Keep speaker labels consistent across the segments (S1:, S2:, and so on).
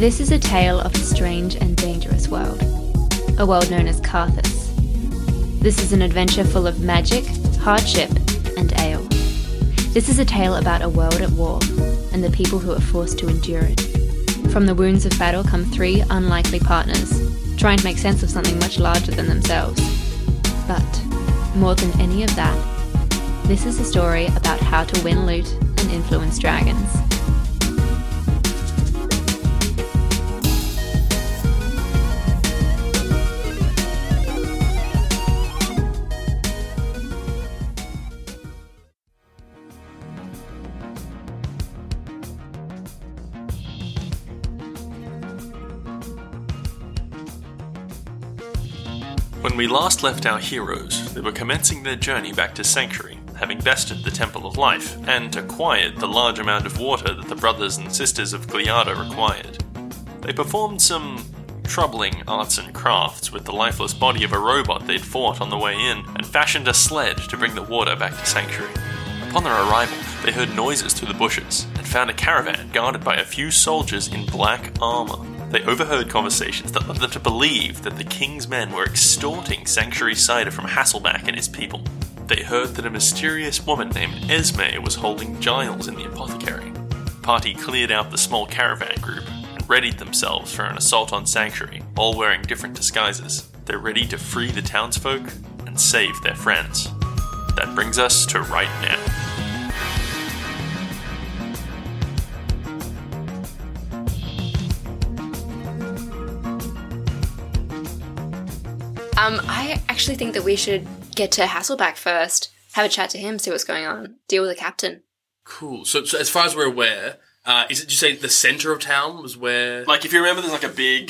S1: This is a tale of a strange and dangerous world, a world known as Carthus. This is an adventure full of magic, hardship, and ale. This is a tale about a world at war and the people who are forced to endure it. From the wounds of battle come three unlikely partners, trying to make sense of something much larger than themselves. But, more than any of that, this is a story about how to win loot and influence dragons.
S2: When we last left our heroes, they were commencing their journey back to Sanctuary, having bested the Temple of Life and acquired the large amount of water that the brothers and sisters of Gliada required. They performed some troubling arts and crafts with the lifeless body of a robot they'd fought on the way in and fashioned a sled to bring the water back to Sanctuary. Upon their arrival, they heard noises through the bushes and found a caravan guarded by a few soldiers in black armor. They overheard conversations that led them to believe that the king's men were extorting sanctuary cider from Hasselback and his people. They heard that a mysterious woman named Esme was holding Giles in the apothecary. The party cleared out the small caravan group and readied themselves for an assault on Sanctuary, all wearing different disguises. They're ready to free the townsfolk and save their friends. That brings us to right now.
S3: Um, I actually think that we should get to Hasselback first, have a chat to him, see what's going on, deal with the captain.
S4: Cool. So, so as far as we're aware, uh, is it? Did you say the center of town was where?
S5: Like if you remember, there's like a big,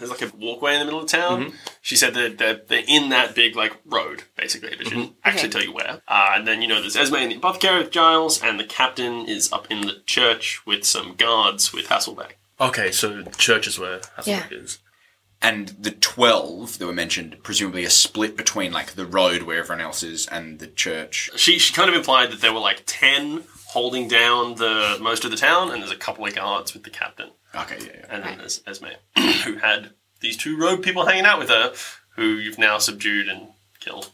S5: there's like a walkway in the middle of town. She said that they're, they're in that big like road basically, but she didn't actually
S3: Okay.
S5: tell you where. Uh, and then you know there's Esme in the apothecary with Giles, and the captain is up in the church with some guards with Hasselback.
S4: Okay, so the church is where Hasselback
S3: Yeah.
S4: is.
S6: And the 12 that were mentioned, presumably a split between like the road where everyone else is and the church.
S5: She she kind of implied that there were like ten holding down the most of the town, and there's a couple of guards with the captain,
S6: Okay, yeah, yeah.
S5: and then there's Esme who had these two rogue people hanging out with her, who you've now subdued and killed.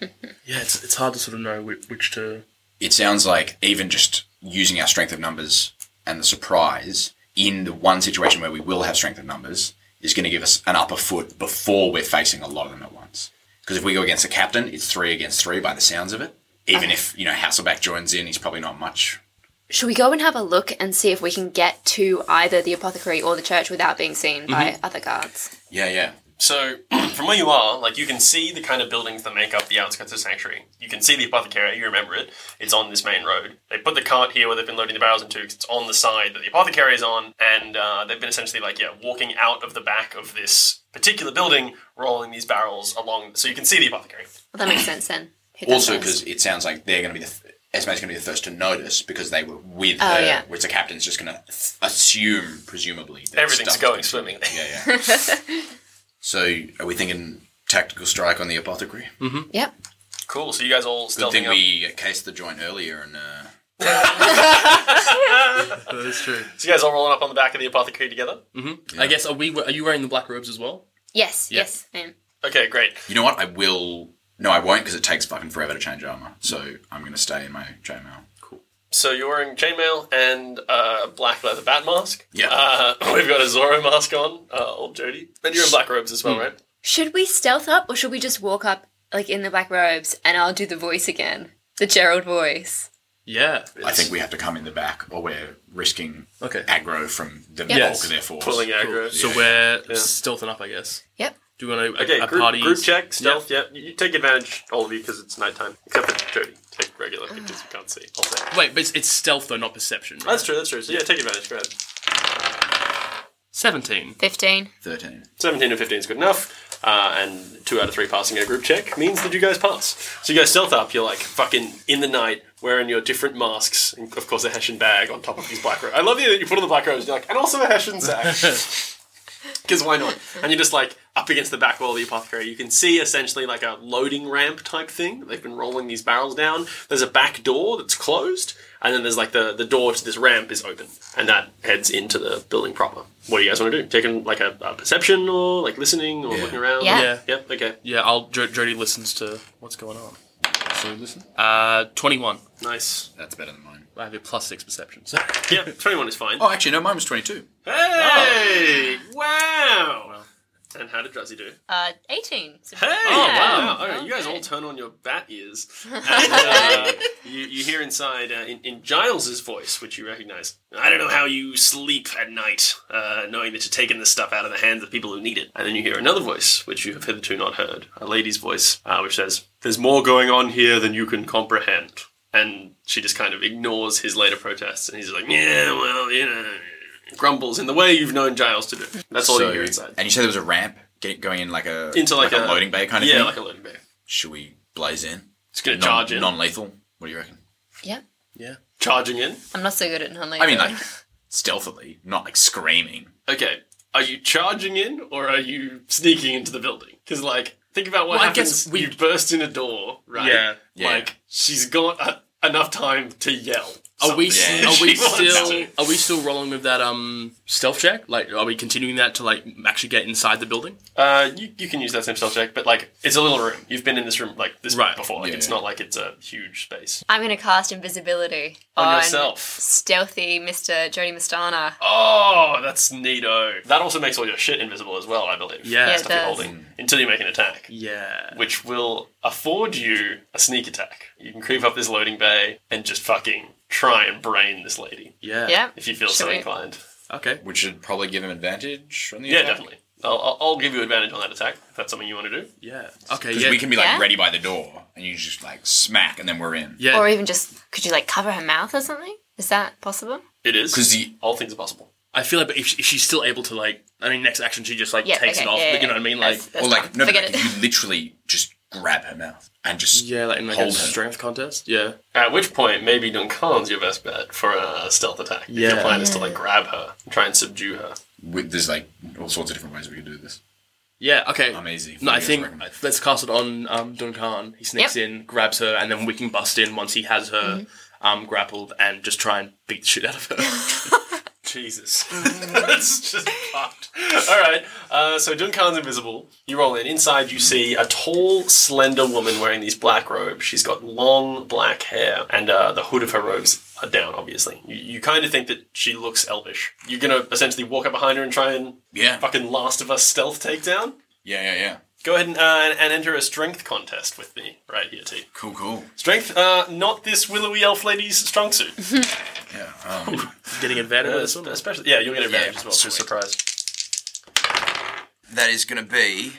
S4: Yeah, it's it's hard to sort of know which, which to.
S6: It sounds like even just using our strength of numbers and the surprise in the one situation where we will have strength of numbers is going to give us an upper foot before we're facing a lot of them at once. Because if we go against the captain, it's three against three by the sounds of it. Even if, you know, Hasselback joins in, he's probably not much.
S3: Should we go and have a look and see if we can get to either the apothecary or the church without being seen
S6: Mm-hmm.
S3: by other guards?
S6: Yeah, yeah.
S5: So, from where you are, like you can see the kind of buildings that make up the outskirts of Sanctuary. You can see the apothecary. You remember it. It's on this main road. They put the cart here where they've been loading the barrels into because it's on the side that the apothecary is on, and uh, they've been essentially like yeah, walking out of the back of this particular building, rolling these barrels along. So you can see the apothecary.
S3: Well, that makes sense then. Hit that
S6: Also,
S3: first.
S6: because it sounds like they're going to be the f- Esme's going to be the first to notice because they were with
S3: Oh,
S6: her,
S3: yeah.
S6: which the captain's just going to th- assume, presumably, that
S5: Everything's
S6: stuff's
S5: going
S6: been-
S5: swimming.
S6: Yeah, yeah. so, are we thinking tactical strike on the apothecary?
S3: Yep.
S5: Cool. So you guys all
S6: Good
S5: stealthing
S6: thing
S5: up.
S6: we uh, cased the joint earlier and. Uh,
S4: That is true.
S5: so you guys all rolling up on the back of the apothecary together.
S4: I guess are we? Are you wearing the black robes as well?
S3: Yes,
S4: Yeah.
S3: yes, I am.
S5: Okay, great.
S6: you know what? I will. No, I won't because it takes fucking forever to change armor. So, I'm going to stay in my JML. Cool.
S5: So you're wearing chainmail and uh, black leather bat mask.
S6: Yeah.
S5: Uh, we've got a Zorro mask on, uh, old Jody. And you're in black robes as well,
S4: Hmm.
S5: right?
S3: Should we stealth up or should we just walk up like in the black robes and I'll do the voice again? The Gerald voice.
S4: Yeah.
S6: I think we have to come in the back or we're risking
S4: Okay.
S6: aggro from the
S4: Yes.
S6: bulk of their force.
S5: Pulling aggro.
S4: So we're stealthing up, I guess.
S3: Yep.
S4: Do you want to
S5: Okay,
S4: a
S5: group,
S4: party
S5: group check, stealth, yeah. You take advantage, all of you, because it's nighttime. Except for Jody. Take regular, because you can't see. I'll say.
S4: Wait, but it's, it's stealth though, not perception. right?
S5: That's true, that's true. So yeah, take advantage, go ahead.
S4: Seventeen.
S3: 15.
S6: 13.
S5: 17 and 15 is good enough. Uh, and two out of three passing a group check means that you guys pass. So you guys stealth up. You're like fucking in the night, wearing your different masks, and of course a Hessian bag on top of these black robes. I love the idea that you put on the black robes. You're like, and also a Hessian sack. Because why not? And you're just like up against the back wall of the apothecary. You can see essentially like a loading ramp type thing. They've been rolling these barrels down. There's a back door that's closed, and then there's like the, the door to this ramp is open, and that heads into the building proper. What do you guys want to do? Taking like a, a perception or like listening or looking around?
S1: Yeah.
S4: Yeah.
S5: Yep. Okay.
S4: Yeah, I'll jo- Jody listens to what's going on.
S6: So listen,
S4: Uh, twenty-one.
S5: Nice.
S6: that's better than mine.
S4: I have a plus six perception. So.
S5: Yeah. Twenty one is fine.
S6: Oh, actually, no, mine was twenty-two.
S5: Hey! Wow! And how did Drowsy do?
S1: Uh, 18. So-
S5: Hey!
S1: Yeah.
S5: Oh, wow! Okay, you guys all
S1: Okay.
S5: turn on your bat ears, and uh, you, you hear inside uh, in, in Giles's voice, which you recognise. I don't know how you sleep at night, uh, knowing that you're taking this stuff out of the hands of people who need it. And then you hear another voice, which you have hitherto not heard, a lady's voice, uh, which says, "There's more going on here than you can comprehend." And she just kind of ignores his later protests, and he's like, "Yeah, well, you know." Grumbles in the way you've known Giles to do. That's all
S6: so,
S5: you hear inside.
S6: And you said there was a ramp get going in like a
S5: Into like,
S6: a, loading bay kind of
S5: yeah,
S6: thing.
S5: like a loading bay.
S6: Should we blaze in?
S5: It's gonna
S6: Non-
S5: charge in,
S6: Non-lethal. What do you reckon?
S3: Yep.
S5: charging in.
S3: I'm not so good at non
S6: I mean, like stealthily, not like screaming.
S5: Okay, are you charging in or are you sneaking into the building? Because like, think about what
S4: Well, I guess
S5: happens.
S4: we-
S5: You burst in a door, right?
S4: Yeah.
S6: Yeah.
S5: Like she's got uh, enough time to yell.
S4: Are we,
S5: something.
S4: are we
S5: She wants
S4: still
S5: to.
S4: are we still rolling with that um stealth check? Like, are we continuing that to like actually get inside the building?
S5: Uh, you, you can use that same stealth check, but like it's a little room. You've been in this room like this
S4: Right.
S5: before. Like
S6: Yeah,
S5: it's
S6: yeah.
S5: not like it's a huge space.
S3: I'm going to cast invisibility
S5: On
S4: Uh,
S5: yourself.
S3: stealthy Mr. Jody Mastana.
S5: Oh, that's neato. That also makes all your shit invisible as well, I believe.
S4: Yeah. Yeah, it
S5: stuff you're
S3: does.
S5: holding until you make an attack.
S4: Yeah.
S5: which will afford you a sneak attack. You can creep up this loading bay and just fucking try and brain this lady
S4: Yeah.
S3: Yep.
S5: if you feel
S3: Should
S5: so
S3: we-
S5: inclined.
S4: Okay.
S6: Which should probably give him advantage on the
S5: Yeah,
S6: attack.
S5: definitely. I'll, I'll- I'll give you advantage on that attack if that's something you want to do.
S4: Yeah. Okay.
S6: Because
S4: Yeah.
S6: we can be like
S3: Yeah.
S6: ready by the door, and you just like smack, and then we're in.
S4: yeah.
S3: Or even just, could you like cover her mouth or something? Is that possible?
S5: It is
S6: 'Cause the-
S5: all things are possible.
S4: I feel like, but if, she, if she's still able to like, I mean, next action she just like
S3: Yeah,
S4: takes
S3: okay,
S4: it off.
S3: yeah,
S4: but you know
S3: yeah.
S4: what I mean? Like,
S3: That's- that's
S6: or like
S3: fine.
S6: no, no,
S3: Forget
S6: like,
S3: it.
S6: you literally just grab her mouth and just
S4: yeah, like in like a
S6: Hold her.
S4: strength contest. Yeah.
S5: At which point, maybe Duncan's your best bet for a stealth attack. If your
S4: Yeah.
S5: plan is to like grab her and try and subdue her.
S6: With, there's like all sorts of different ways we can do this.
S4: Yeah. Okay.
S6: I'm easy. What
S4: No,
S6: do
S4: I
S6: you guys
S4: think
S6: reckon?
S4: let's cast it on um, Duncan. He sneaks
S3: Yep.
S4: in, grabs her, and then we can bust in once he has her um, grappled and just try and beat the shit out of her.
S5: Jesus. That's just fucked. Alright, uh, so Duncan's invisible. You roll in. Inside, you see a tall, slender woman wearing these black robes. She's got long black hair, and uh, the hood of her robes are down, obviously. You, you kind of think that she looks elvish. You're gonna essentially walk up behind her and try and
S6: Yeah.
S5: fucking Last of Us stealth takedown?
S6: Yeah, yeah, yeah.
S5: Go ahead and, uh, and enter a strength contest with me right here, T.
S6: Cool, cool.
S5: Strength, uh, not this willowy elf lady's strong suit.
S6: Yeah. Um,
S4: Getting advantage. with this one.
S5: Especially, yeah, you'll get advantage
S6: Yeah,
S5: as well.
S6: sweet.
S5: surprise.
S6: that is going to be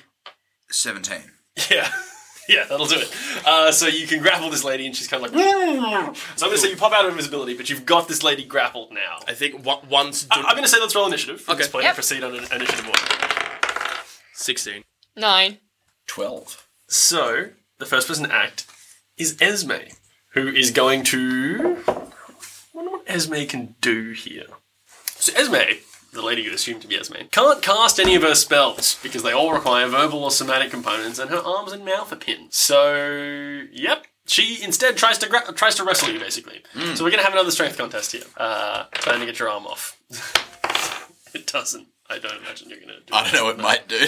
S6: seventeen.
S5: Yeah. Yeah, that'll do it. Uh, so you can grapple this lady, and she's kind of like. "Mm." So I'm going to say you pop out of invisibility, but you've got this lady grappled now.
S4: I think one, once
S5: I- am going to say let's roll initiative. From
S4: Okay.
S5: this point,
S3: Yep.
S5: and proceed on an initiative order.
S4: sixteen.
S3: Nine.
S6: Twelve.
S5: So the first person to act is Esme, who is going to. I wonder what Esme can do here. So Esme, the lady you'd assume to be Esme, can't cast any of her spells because they all require verbal or somatic components, and her arms and mouth are pinned. So, yep. She instead tries to gra- tries to wrestle you, basically. So we're gonna have another strength contest here. Uh, trying to get your arm off. it doesn't. I don't imagine you're gonna. Do
S6: I don't know what it might do.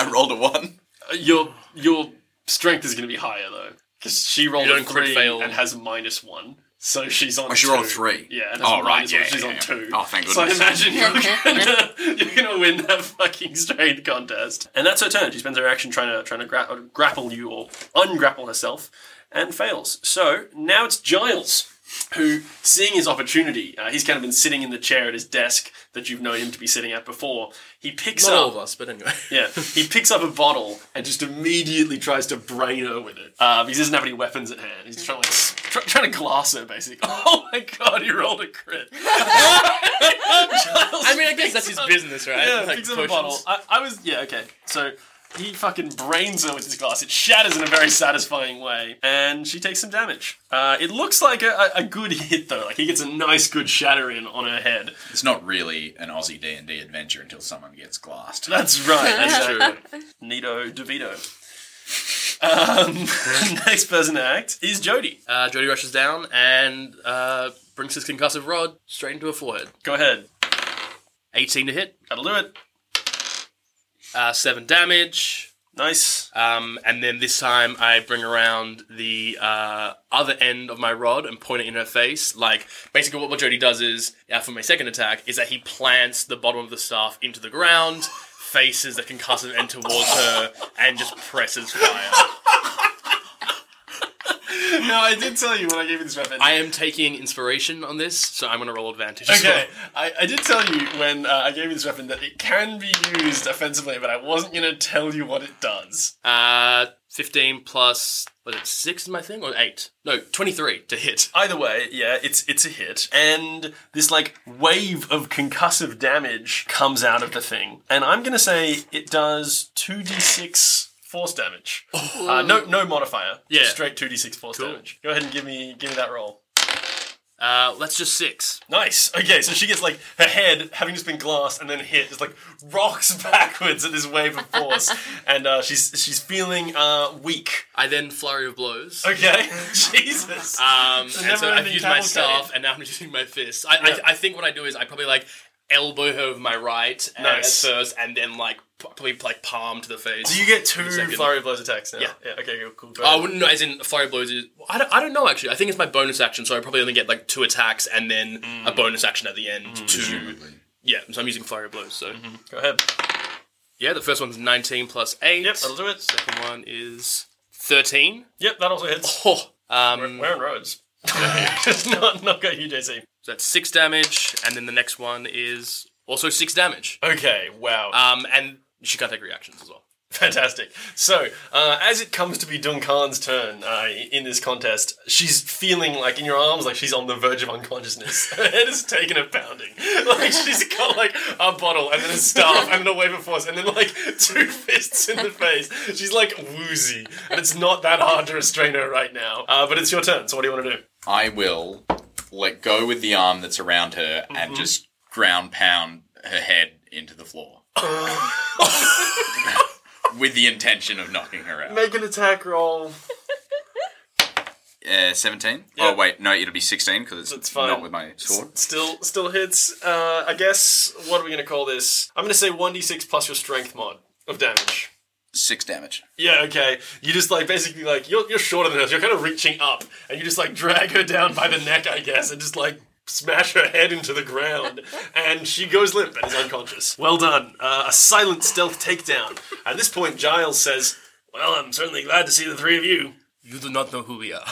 S6: I rolled a one.
S5: your your strength is going to be higher though, because she rolled
S4: You
S5: a
S4: don't crit
S5: three
S4: fail.
S5: and has minus one, so she's on.
S6: Oh, she rolled
S5: two.
S6: a three.
S5: Yeah. and has
S6: Oh,
S5: a
S6: right.
S5: minus
S6: Yeah.
S5: one, She's
S6: yeah,
S5: on
S6: yeah.
S5: two.
S6: Oh, thank
S5: So I
S6: goodness.
S5: imagine you're gonna, you're gonna win that fucking strength contest, and that's her turn. She spends her action trying to trying to gra- uh, grapple you or ungrapple herself, and fails. So now it's Giles. Who, seeing his opportunity, uh, he's kind of been sitting in the chair at his desk that you've known him to be sitting at before. He picks
S4: Not
S5: up
S4: all of us, but anyway.
S5: yeah, he picks up a bottle and just immediately tries to brain her with it. Uh, because he doesn't have any weapons at hand. He's just trying to like, s- try, trying to glass her, basically. Oh my god, he rolled a crit.
S4: I mean, I guess that's his business, right?
S5: Yeah, picks up a bottle. I, I was yeah okay. So He fucking brains her with his glass. It shatters in a very satisfying way, and she takes some damage. Uh, it looks like a, a, a good hit though. Like he gets a nice good shatter in on her head.
S6: It's not really an Aussie D and D adventure until someone gets glassed.
S5: That's right.
S2: That's
S5: That's
S2: true.
S5: Nito DeVito. Um, next person to act is Jody.
S4: Uh, Jody rushes down and uh, brings his concussive rod straight into her forehead.
S5: Go ahead.
S4: 18 to hit,
S5: That'll do it.
S4: uh, 7 damage.
S5: Nice.
S4: Um, and then this time I bring around the uh, other end of my rod and point it in her face. Like, basically, what, what Jody does is, uh, for my second attack, is that he plants the bottom of the staff into the ground, faces the concussive end towards her, and just presses fire.
S5: No, I did tell you when I gave you this weapon.
S4: I am taking inspiration on this, so I'm going to roll advantage. as well.
S5: Okay, I, I did tell you when uh, I gave you this weapon that it can be used offensively, but I wasn't going to tell you what it does.
S4: Uh, 15 plus, was it 6 is my thing? Or 8? No, 23 to hit.
S5: Either way, yeah, it's it's a hit, and this like wave of concussive damage comes out of the thing, and I'm going to say it does two d six force damage. Uh, no, no modifier. just
S4: Yeah.
S5: straight two d six force damage. Go ahead and give me give me that roll.
S4: Uh, that's just 6.
S5: Nice. Okay, so she gets like her head, having just been glassed and then hit, just like rocks backwards at this wave of force, and uh, she's she's feeling uh, weak.
S4: I then flurry of blows.
S5: Okay, Jesus.
S4: Um,
S5: So
S4: and so
S5: never-ending
S4: I've used my
S5: cavalcade.
S4: staff, and now I'm using my fist. I,
S5: Yeah.
S4: I, I think what I do is I probably like elbow her with my right uh,
S5: Nice.
S4: at first, and then like p- probably like palm to the face.
S5: Do you get two
S4: second.
S5: flurry of blows attacks now?
S4: Yeah.
S5: Okay. Cool. cool go
S4: I
S5: ahead.
S4: wouldn't know, as in flurry blows is. I don't, I don't know actually. I think it's my bonus action, so I probably only get like two attacks and then a
S5: Mm.
S4: bonus action at the end. To,
S6: Presumably.
S4: yeah, so I'm using flurry of blows. So
S5: Go ahead.
S4: yeah, the first one's 19 plus 8.
S5: Yep. That'll do it.
S4: Second one is 13.
S5: Yep. That also hits.
S4: Oh, um,
S5: We're on roads. not not got you, JC.
S4: so that's 6 damage, and then the next one is also 6 damage.
S5: Okay. Wow.
S4: Um, and she can't take reactions as well.
S5: Fantastic. So, uh, as it comes to be Duncan's turn uh, in this contest, she's feeling like in your arms, like she's on the verge of unconsciousness. Her head is taking a pounding. Like she's got like a bottle and then a staff and then a wave of force and then like two fists in the face. She's like woozy, and it's not that hard to restrain her right now. Uh, but it's your turn. So, what do you want to do?
S6: I will let go with the arm that's around her
S5: Mm-hmm.
S6: and just ground pound her head into the floor. with the intention of knocking her out.
S5: Make an attack roll.
S6: Uh, 17?
S5: Yeah.
S6: Oh, wait, no, it'll be 16 because
S5: That's
S6: it's
S5: fine.
S6: not with my sword.
S5: Still, still hits. Uh, I guess. What are we going to call this? I'm going to say one d6 plus your strength mod of damage.
S6: Six damage.
S5: Yeah, okay. You just like basically like you're you're shorter than her. so You're kind of reaching up, and you just like drag her down by the neck, I guess, and just like smash her head into the ground, and she goes limp and is unconscious. Well done. Uh, a silent stealth takedown. At this point, Giles says, "Well, I'm certainly glad to see the three of you."
S4: You do not know who we are.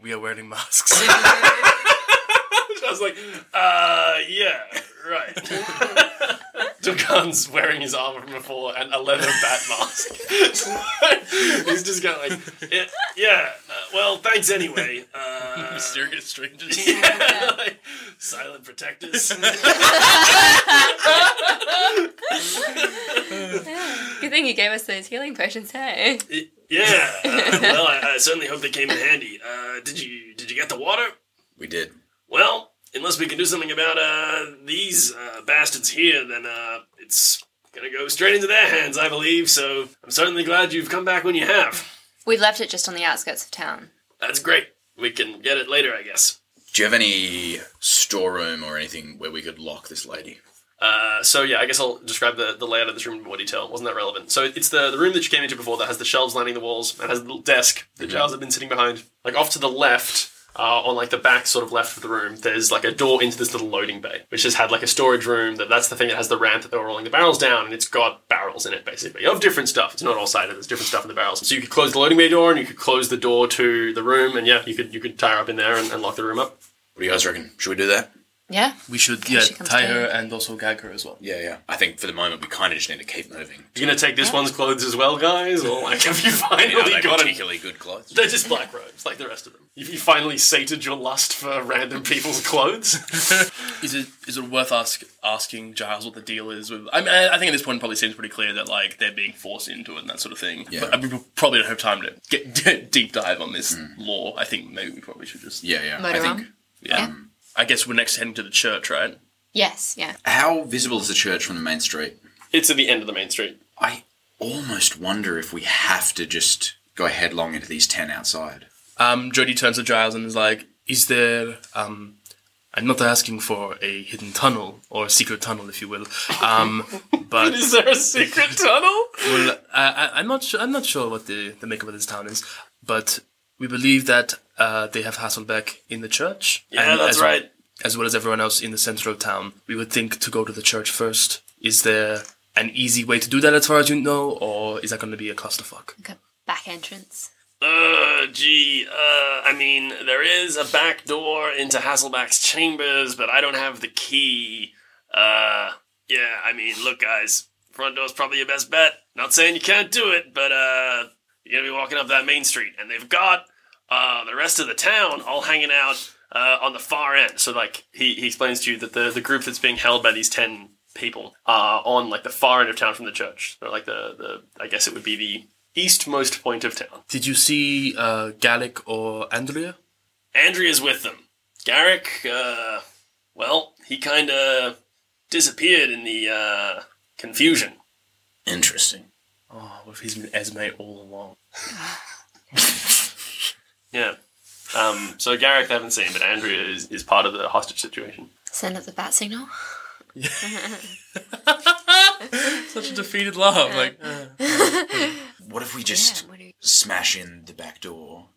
S4: we are wearing masks.
S5: I was like, "Uh, yeah, right." Duncan's wearing his armor from before and a leather bat mask. He's just going like, "Yeah, yeah uh, well, thanks anyway." Uh,
S4: Mysterious strangers.
S5: Yeah, like, silent protectors.
S3: Good thing you gave us those healing potions, hey?
S5: yeah. uh, well, I, I certainly hope they came in handy. Uh, did you did you get the water?
S6: We did.
S5: Well, unless we can do something about uh, these uh, bastards here, then uh, it's gonna go straight into their hands, I believe. So I'm certainly glad you've come back when you have.
S3: We left it just on the outskirts of town.
S5: That's great. We can get it later, I guess.
S6: Do you have any storeroom or anything where we could lock this lady?
S5: Uh, so yeah, I guess I'll describe the, the layout of this room in more detail. Wasn't that relevant? So it's the, the room that you came into before that has the shelves lining the walls and has a little desk that Giles had been sitting behind. Like off to the left, uh, on like the back sort of left of the room, there's like a door into this little loading bay, which has had like a storage room. That that's the thing that has the ramp that they were rolling the barrels down, and it's got barrels in it basically of different stuff. It's not all sided. There's different stuff in the barrels. So you could close the loading bay door, and you could close the door to the room, and yeah, you could you could tie her up in there and, and lock the room up.
S6: What do you guys reckon? Should we do that?
S3: Yeah.
S4: We should
S3: Okay,
S4: yeah
S3: she comes
S4: tie
S3: down.
S4: her and also gag her as well.
S6: Yeah, yeah. I think for the moment we kind of just need to keep moving.
S5: You gonna take this one's clothes as well, guys? Or like, have you finally
S6: Are they
S5: got it?
S6: particularly good clothes?
S5: They're just black robes, like the rest of them. Have you finally sated your lust for random people's clothes?
S4: Is it is it worth ask, asking Giles what the deal is with? I mean, I I think at this point it probably seems pretty clear that like they're being forced into it and that sort of thing.
S6: Yeah.
S4: But I mean, we probably don't have time to get deep dive on this law. I think maybe we probably should just.
S6: Hmm. Yeah, yeah. I
S3: Motor
S6: think.
S3: on.
S4: Yeah. I guess we're next heading to the church, right?
S3: Yes. Yeah.
S6: How visible is the church from the main street?
S5: it's at the end of the main street.
S6: I almost wonder if we have to just go headlong into these ten outside.
S4: Um, Jody turns to Giles and is like, "Is there? Um, I'm not asking for a hidden tunnel or a secret tunnel, if you will. Um, but
S5: Is there a secret tunnel?
S4: well, I, I, I'm not sure. I'm not sure what the, the makeup of this town is, but we believe that uh, they have Hasselbeck in the church.
S5: Yeah,
S4: as
S5: that's
S4: well-
S5: right.
S4: as well as everyone else in the center of town, we would think to go to the church first. Is there an easy way to do that, as far as you know, or is that going to be a clusterfuck?
S3: Like a back entrance.
S5: Uh, gee, uh, I mean, there is a back door into Hasselback's chambers, but I don't have the key. Uh, yeah, I mean, look, guys, front door's probably your best bet. Not saying you can't do it, but, uh, you're gonna be walking up that main street, and they've got, uh, the rest of the town all hanging out, uh, on the far end. So, like, he, he explains to you that the, the group that's being held by these 10 people are on, like, the far end of town from the church. They're, like, the, the, I guess it would be the eastmost point of town.
S4: Did you see uh, Gallic or Andrea?
S5: Andrea's with them. Garrick, uh, well, he kind of disappeared in the uh, confusion.
S6: Interesting.
S4: Oh, what if he's been Esme all along?
S5: Yeah. Um, so Garrick they haven't seen, but Andrea is, is part of the hostage situation.
S3: Send up the bat signal.
S4: Such a defeated love. Like,
S6: What if we just
S3: Yeah, what do you-
S6: smash in the back door,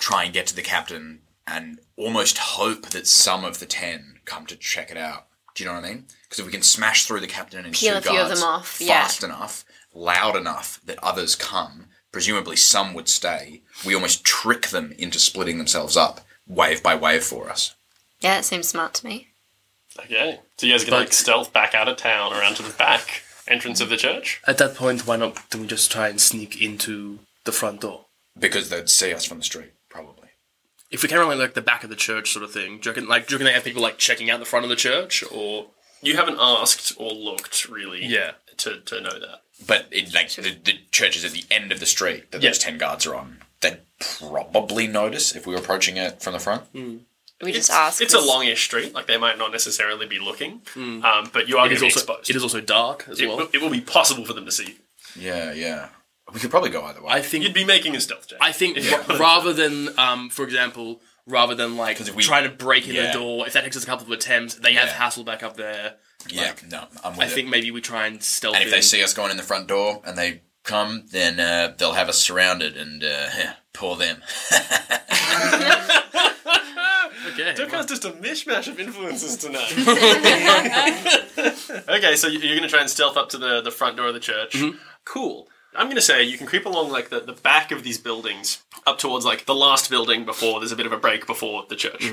S6: try and get to the captain, and almost hope that some of the ten come to check it out? Do you know what I mean? Because if we can smash through the captain and
S3: Peel
S6: two
S3: a few of
S6: guards
S3: them off, yeah.
S6: fast enough, loud enough that others come, presumably some would stay. We almost trick them into splitting themselves up, wave by wave for us.
S3: Yeah, it seems smart to me.
S5: Okay. So you guys can,
S4: But-
S5: like, stealth back out of town around to the back entrance of the church?
S4: at that point, why not? Then we just try and sneak into the front door.
S6: Because they'd see us from the street, probably.
S4: If we came around like the back of the church, sort of thing. Do you reckon? Like, do you reckon they have people like checking out the front of the church, or
S5: You haven't asked or looked, really,
S4: Yeah.
S5: to, to know that.
S6: But it, like the, the church is at the end of the street that those ten guards are on. They'd probably notice if we were approaching it from the front.
S3: We just
S5: It's-
S3: ask.
S5: It's a
S3: this-
S5: longish street. Like, they might not necessarily be looking, um, but you are
S4: Hmm. it
S5: going
S4: is
S5: to be
S4: also
S5: exposed.
S4: it is also dark as
S5: It
S4: well?
S5: will- it will be possible for them to see you.
S6: Yeah, yeah. We could probably go either way.
S4: I think.
S5: You'd be making a stealth check.
S4: I think ra- rather than, um, for example, rather than like
S6: 'Cause if we-
S4: trying to break in
S6: Yeah.
S4: the door, if that takes us a couple of attempts, they have
S6: Yeah.
S4: Hasselback up there.
S6: yeah, no, I'm with
S4: I
S6: it.
S4: think maybe we try and stealth.
S6: and if they
S4: in.
S6: see us going in the front door and they come, then uh, they'll have us surrounded and uh, poor them.
S4: okay,
S5: Podcast just a mishmash of influences tonight. okay, so you- you're going to try and stealth up to the, the front door of the church. Cool. I'm going to say you can creep along like the, the back of these buildings up towards like the last building before there's a bit of a break before the church.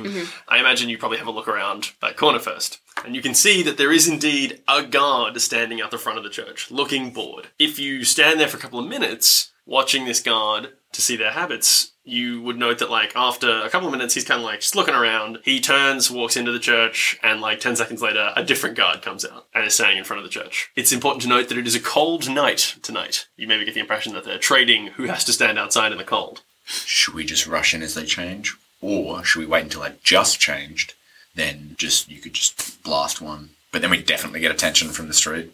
S5: I imagine you probably have a look around that corner first. And you can see that there is indeed a guard standing out the front of the church, looking bored. If you stand there for a couple of minutes watching this guard to see their habits, you would note that like after a couple of minutes he's kind of like just looking around he turns walks into the church and like 10 seconds later a different guard comes out and is standing in front of the church it's important to note that it is a cold night tonight you maybe get the impression that they're trading who has to stand outside in the cold
S6: should we just rush in as they change, or should we wait until they've just changed? Then just you could just blast one. But then we definitely get attention from the street.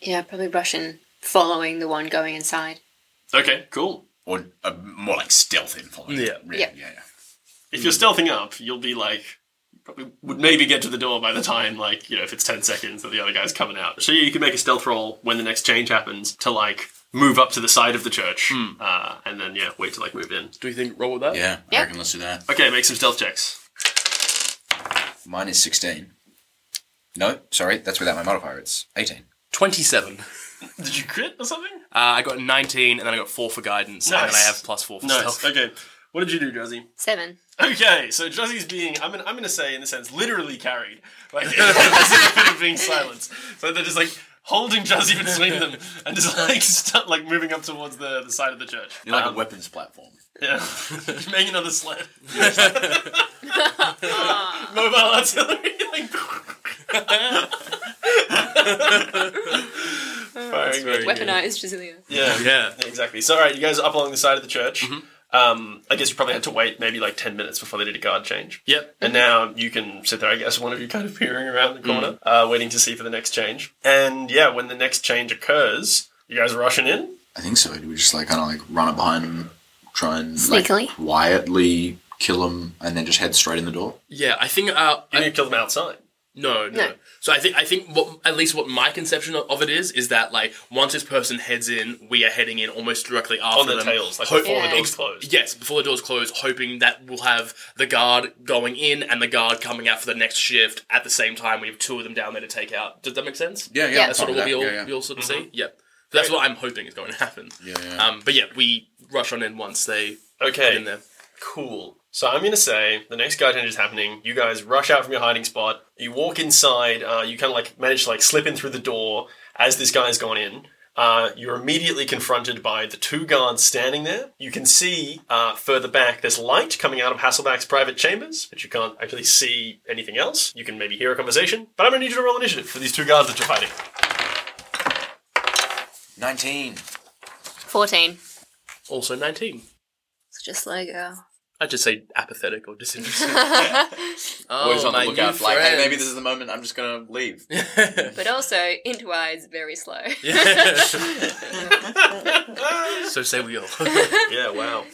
S3: Yeah, probably Russian following the one going inside.
S5: okay cool
S6: or uh, more like stealth in following.
S4: Yeah.
S3: Yeah.
S6: yeah,
S5: if
S4: Hmm.
S5: you're stealthing up you'll be like probably would maybe get to the door by the time like you know if it's 10 seconds that the other guy's coming out so you can make a stealth roll when the next change happens to like move up to the side of the church
S4: Hmm.
S5: uh, and then yeah wait to like move in
S4: do we think roll with that?
S6: yeah. I
S3: Yeah.
S6: reckon let's do that.
S5: okay make some stealth checks
S6: Mine is sixteen. No, sorry, that's without my modifier. It's eighteen.
S4: Twenty-seven.
S5: Did you crit or something?
S4: Uh, I got 19, and then I got 4 for guidance, and then I
S5: Nice.
S4: have plus 4 for
S5: Nice.
S4: stealth.
S5: Okay. What did you do, Jazzy?
S3: Seven.
S5: Okay, so Josie's being, I'm gonna, I'm gonna say in a sense, literally carried. Like, there's a bit of being silenced. So they're just like holding Josie between them and just like, start, like moving up towards the, the side of the church.
S6: You're like
S5: Um,
S6: a weapons platform.
S5: Yeah. Make another sled. Mobile artillery. like, Firing very good.
S3: Weaponized Brasilia.
S5: Yeah.
S4: Yeah. Mm-hmm.
S5: Exactly. So, all right, you guys are up along the side of the church. Um, I guess you probably had to wait maybe like 10 minutes before they did a guard change.
S4: Yep.
S5: And now you can sit there, I guess, one of you kind of peering around the corner,
S4: Mm-hmm.
S5: uh, waiting to see for the next change. And yeah, when the next change occurs, you guys rushing in.
S6: I think so. Do we just like kind of like run up behind them, try and
S1: Sneakily?
S6: like, quietly kill them, and then just head straight in the door?
S4: Yeah, I think. Uh,
S5: You
S4: I-
S5: need to kill them outside.
S4: no, no,
S3: No.
S4: So I think I think what at least what my conception of of it is is that like once this person heads in, we are heading in almost directly after
S5: their
S4: them,
S5: tails, like
S4: hope-
S5: before
S3: the
S5: door's closed.
S4: Yes, before the doors close, hoping that we'll have the guard going in and the guard coming out for the next shift at the same time. We have two of them down there to take out. Does that make sense?
S6: Yeah,
S3: Yeah.
S4: That's sort of
S6: fine
S4: what we all
S6: with
S4: we all sort of
S6: Mm-hmm.
S4: see. Yep. So that's what I'm hoping is going to happen.
S6: Yeah, yeah.
S4: Um, but yeah, we rush on in once they get
S5: Okay.
S4: in there.
S5: Cool. So I'm gonna say the next guy change is happening. You guys rush out from your hiding spot. You walk inside. Uh, you kind of like manage to like slip in through the door as this guy's gone in. Uh, you're immediately confronted by the two guards standing there. You can see uh, further back there's light coming out of Hasselback's private chambers, but you can't actually see anything else. You can maybe hear a conversation, but I'm gonna need you to roll initiative for these two guards that you're fighting.
S6: 19.
S1: 14.
S4: Also 19.
S3: It's just like, uh,
S4: I'd just say apathetic or disinterested. oh,
S6: Always on the
S4: my
S6: lookout
S4: new
S6: for like, hey,
S4: friends.
S6: maybe this is the moment I'm just going to leave.
S3: but also into eyes very slow.
S4: so say we all.
S5: yeah. Wow.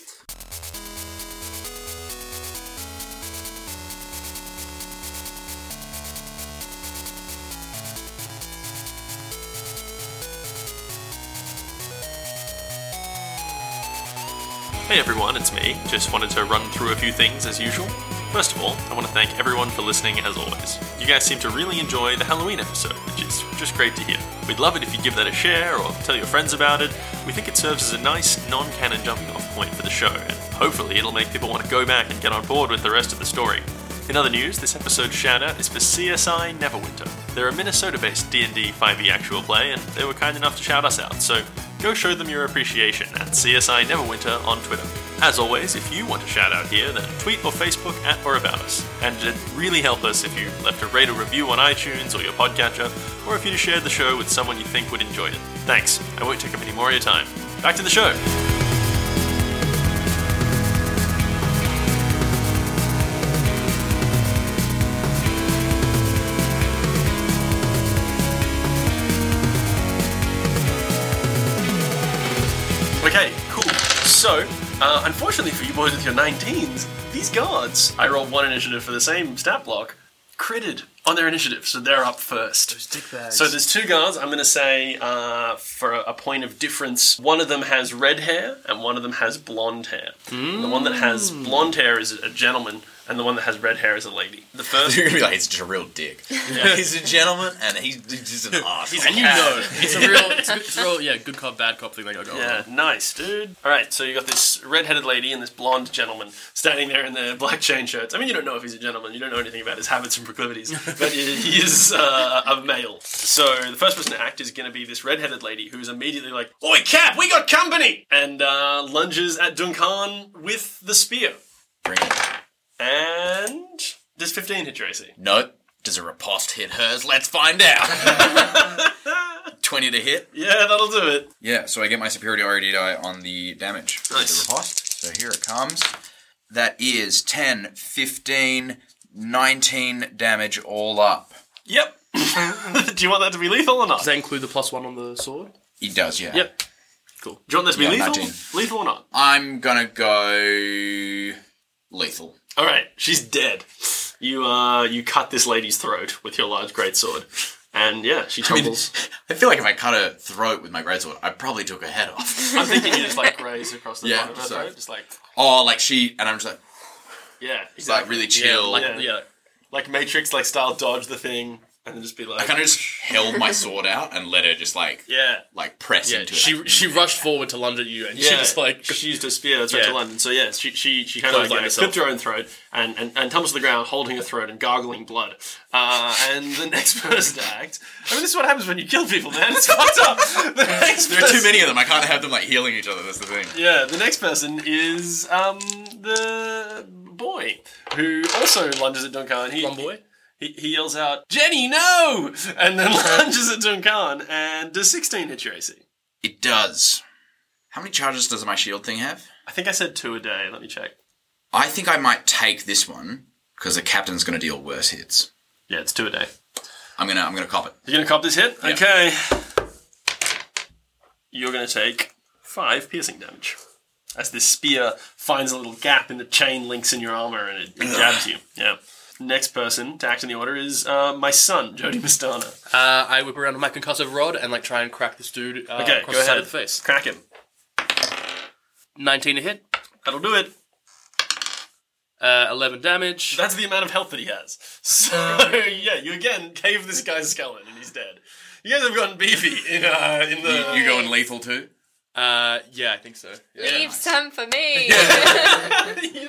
S2: Hey everyone, it's me. Just wanted to run through a few things as usual. First of all, I want to thank everyone for listening as always. You guys seem to really enjoy the Halloween episode, which is just great to hear. We'd love it if you give that a share or tell your friends about it. We think it serves as a nice non canon jumping off point for the show, and hopefully it'll make people want to go back and get on board with the rest of the story. In other news, this episode's shout-out is for CSI Neverwinter. They're a Minnesota-based D&D 5e E actual play, and they were kind enough to shout us out, so go show them your appreciation at CSI Neverwinter on Twitter. As always, if you want a shout-out here, then tweet or Facebook at or about us. And it'd really help us if you left a rate or review on iTunes or your podcatcher, or if you shared the show with someone you think would enjoy it. Thanks, I won't take up any more of your time. Back to the show!
S5: Okay, cool. So, uh, unfortunately for you boys with your 19s, these guards, I rolled one initiative for the same stat block, critted on their initiative, so they're up first. So there's two guards. I'm going to say uh, for a, a point of difference, one of them has red hair and one of them has blonde hair. The one that has blonde hair is a gentleman, and the one that has red hair is a lady. The first,
S6: You're going to be like, he's just a real dick. he's a gentleman and he's he's just an arse.
S4: and you know, it's a real, it's a, it's a real, yeah, good cop, bad cop thing they got going
S5: Yeah,
S4: on.
S5: nice, dude. All right, so you got this red-headed lady and this blonde gentleman standing there in their black chain shirts. I mean, you don't know if he's a gentleman. You don't know anything about his habits and proclivities, but he he is uh, a male. So the first person to act is going to be this red-headed lady who's immediately like, "Oi, Cap, we got company!" and uh, lunges at Duncan with the spear.
S6: Bring it.
S5: And does 15 hit Tracy?
S6: Nope. Does a riposte hit hers? Let's find out. 20 to hit.
S5: Yeah, that'll do it.
S6: Yeah, so I get my superiority die on the damage. with
S5: Nice.
S6: The riposte. So here it comes. That is 10, 15, 19 damage all up.
S5: Yep. do you want that to be lethal or not?
S4: Does that include the plus one on the sword?
S6: It does, yeah.
S5: Yep. Cool. Do you want that to be
S6: Yeah,
S5: lethal?
S6: 19.
S5: Lethal or not?
S6: I'm gonna go lethal.
S5: All right, she's dead. You uh, you cut this lady's throat with your large greatsword, and yeah, she tumbles.
S6: I feel like if I cut her throat with my greatsword, I probably took her head off.
S5: I'm thinking you just like graze across the
S6: Yeah,
S5: bottom of her
S6: so-
S5: throat, just like
S6: oh, like she, and I'm just like,
S5: yeah,
S6: like
S5: exactly.
S6: really chill.
S4: like,
S5: Yeah.
S4: yeah.
S5: Like Matrix, like style, dodge the thing, and then just be
S6: I
S5: like,
S6: kind of just held my sword out and let her just like
S5: yeah.
S6: like press
S4: Yeah,
S6: into
S4: she
S6: it.
S4: she rushed forward to lunge at you, and
S5: Yeah,
S4: she just like
S5: she used a spear that's right
S4: Yeah.
S5: to London. So yeah, she she, she kind
S4: Clothesline
S5: of like, yeah,
S4: herself.
S5: clipped her own throat and, and, and tumbles to the ground, holding her throat and gargling blood. Uh, and the next person to act. I mean, this is what happens when you kill people, man. It's fucked up. The next
S6: There are too
S5: person-
S6: many of them. I can't have them like healing each other. That's the thing.
S5: Yeah, the next person is um the boy who also lunges at Duncan. He,
S4: one boy.
S5: He, he yells out, "Jenny, no!" and then lunges at Duncan. And does sixteen hit your AC?
S6: It does. How many charges does my shield thing have?
S5: I think I said two a day. Let me check.
S6: I think I might take this one because the captain's going to deal worse hits.
S5: Yeah, it's two a day.
S6: I'm gonna I'm gonna cop it.
S5: You're gonna cop this hit? Okay. You're gonna take five piercing damage. As this spear finds a little gap in the chain links in your armor and it, it jabs you. Yeah. Next person to act in the order is uh, my son, Jody Mastana.
S4: Uh, I whip around with my concussive rod and like try and crack this dude uh,
S5: Okay,
S4: across
S5: go
S4: the side
S5: ahead.
S4: of the face.
S5: Crack him.
S4: Nineteen to hit,
S5: That'll do it.
S4: uh, eleven damage.
S5: That's the amount of health that he has. So yeah, you again cave this guy's skeleton and he's dead. You guys have gotten beefy in uh, in the
S6: You go in lethal too.
S4: Uh, yeah, I think so. Yeah.
S3: Leave some for me.
S5: you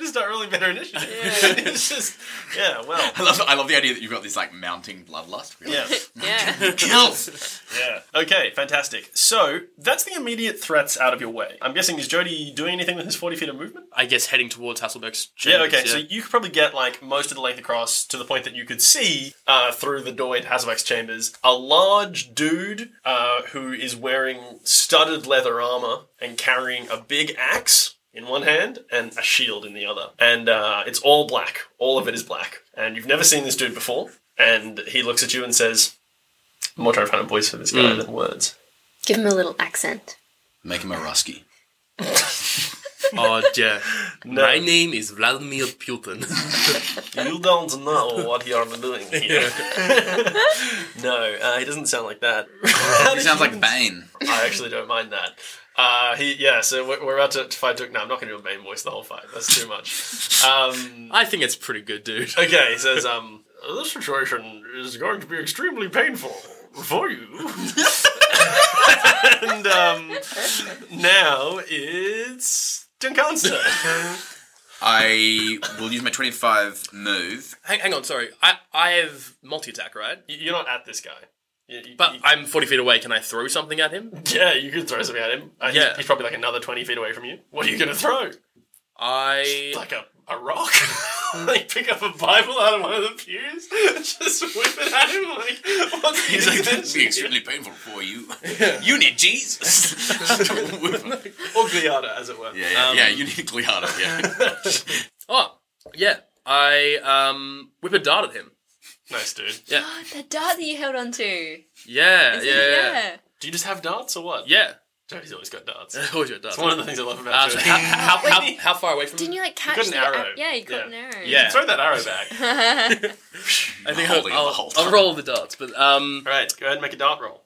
S5: just got really better initiative. it's just yeah, well.
S6: I love I love the idea that you've got this like mounting bloodlust. You're like,
S5: Yeah.
S3: yeah.
S6: kills.
S5: Yeah. Okay, fantastic. So that's the immediate threats out of your way. I'm guessing is Jody doing anything with his 40 feet of movement?
S4: I guess heading towards Hasselbeck's.
S5: Yeah,
S4: chambers,
S5: okay, so you could probably get like most of the length across to the point that you could see uh, through the door into Hasselbeck's chambers a large dude uh, who is wearing studded leather armor and carrying a big axe in one hand and a shield in the other. And uh, it's all black. All of it is black. And you've never seen this dude before. And he looks at you and says, I'm more trying to find a voice for this guy
S6: Mm.
S5: than words.
S3: Give him a little accent.
S6: Make him a rusky.
S4: Oh yeah.
S5: No.
S4: My name is Vladimir Putin.
S5: You don't know what you're doing here. no, uh, he doesn't sound like that.
S6: He sounds like Bane.
S5: I actually don't mind that. Uh, he, yeah, so we're, we're about to, to fight Duke. No, I'm not going to do a main voice the whole fight. That's too much. Um,
S4: I think it's pretty good, dude.
S5: okay, he says, um, this situation is going to be extremely painful for you. and um, now it's Duncan's turn.
S6: I will use my 25 move.
S4: Hang, hang on, sorry. I, I have multi attack, right?
S5: You- You're not at this guy. You- you-
S4: But
S5: you-
S4: I'm 40 feet away. Can I throw something at him?
S5: Yeah, you could throw something at him. Uh, he's-
S4: Yeah.
S5: he's, probably like another twenty feet away from you. What are you gonna throw?
S4: I.
S5: Like a, a rock? like pick up a Bible out of one of the pews, and just whip it at him. Like what's
S6: He's like,
S5: this?
S6: that'd be extremely painful for you. You need Jesus.
S5: or Gliada, as it were.
S6: yeah, yeah, yeah, you need Gliada, yeah.
S4: Oh, yeah. I um whip a dart at him.
S5: Nice dude.
S3: Oh, the dart that you held on to.
S4: Yeah,
S3: Is it-
S4: yeah, yeah,
S5: Do you just have darts or what?
S4: yeah.
S5: Jody's always got darts.
S4: I Always your dart.
S5: It's one of the things I love about
S4: Uh, so
S5: Jody.
S4: how, how, how, how far away from?
S3: Didn't you like catch
S5: got an
S3: the
S5: arrow.
S3: Yeah, you got
S5: Yeah.
S3: an arrow.
S4: Yeah.
S5: Throw that arrow back.
S4: I think
S6: Holding
S4: I'll,
S6: it the whole
S4: I'll,
S6: time.
S4: I'll roll the darts, but um,
S5: Alright, go ahead and make a dart roll.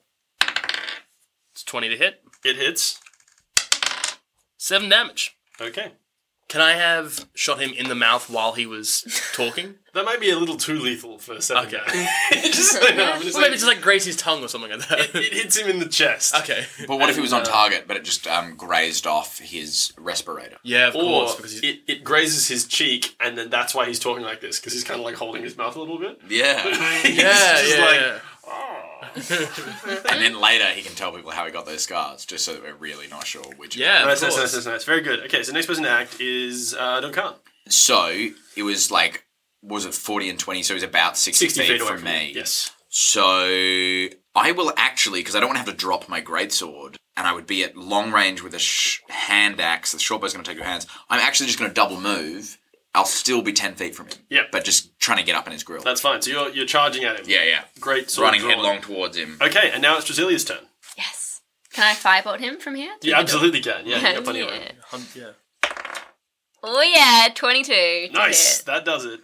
S4: it's 20 to hit,
S5: It hits.
S4: seven damage.
S5: Okay.
S4: Can I have shot him in the mouth while he was talking?
S5: That might be a little too lethal for a second.
S4: Okay.
S5: guy. just, no, I'm just
S4: or maybe
S5: like,
S4: just like graze his tongue or something like that.
S5: it hits him in the chest.
S4: okay.
S6: But what if it was on target, but it just um, grazed off his respirator?
S4: Yeah, of
S5: Or
S4: course. Because he's,
S5: it, it grazes his cheek, and then that's why he's talking like this because he's kind of like holding his mouth a little bit.
S6: Yeah.
S5: He's
S4: yeah,
S5: just
S4: yeah,
S5: like,
S4: yeah.
S6: and then later he can tell people how he got those scars, just so that we're really not sure which. of
S4: Yeah,
S6: them.
S4: of
S5: Nice, nice,
S4: course.
S5: nice, nice, nice. Very good. Okay, so next person to act is uh, Duncan.
S6: So it was like, was it 40 and 20? So it was about 60,
S5: 60 feet away from
S6: me.
S5: you. Yes.
S6: So I will actually, because I don't want to have to drop my greatsword, and I would be at long range with a sh- hand axe. The shortbow's going to take your hands. I'm actually just going to double move. I'll still be ten feet from him.
S5: Yep.
S6: But just trying to get up in his grill.
S5: That's fine. So you're, you're charging at him.
S6: yeah, yeah.
S5: Great sword.
S6: Running
S5: drawn.
S6: headlong towards him.
S5: Okay, and now it's Drasilia's turn.
S3: Yes. Can I firebolt him from here?
S5: You absolutely can. Yeah, you
S3: Yeah.
S5: got plenty of room.
S4: yeah.
S3: Oh yeah, twenty-two. to
S5: Nice.
S3: hit.
S5: That does it.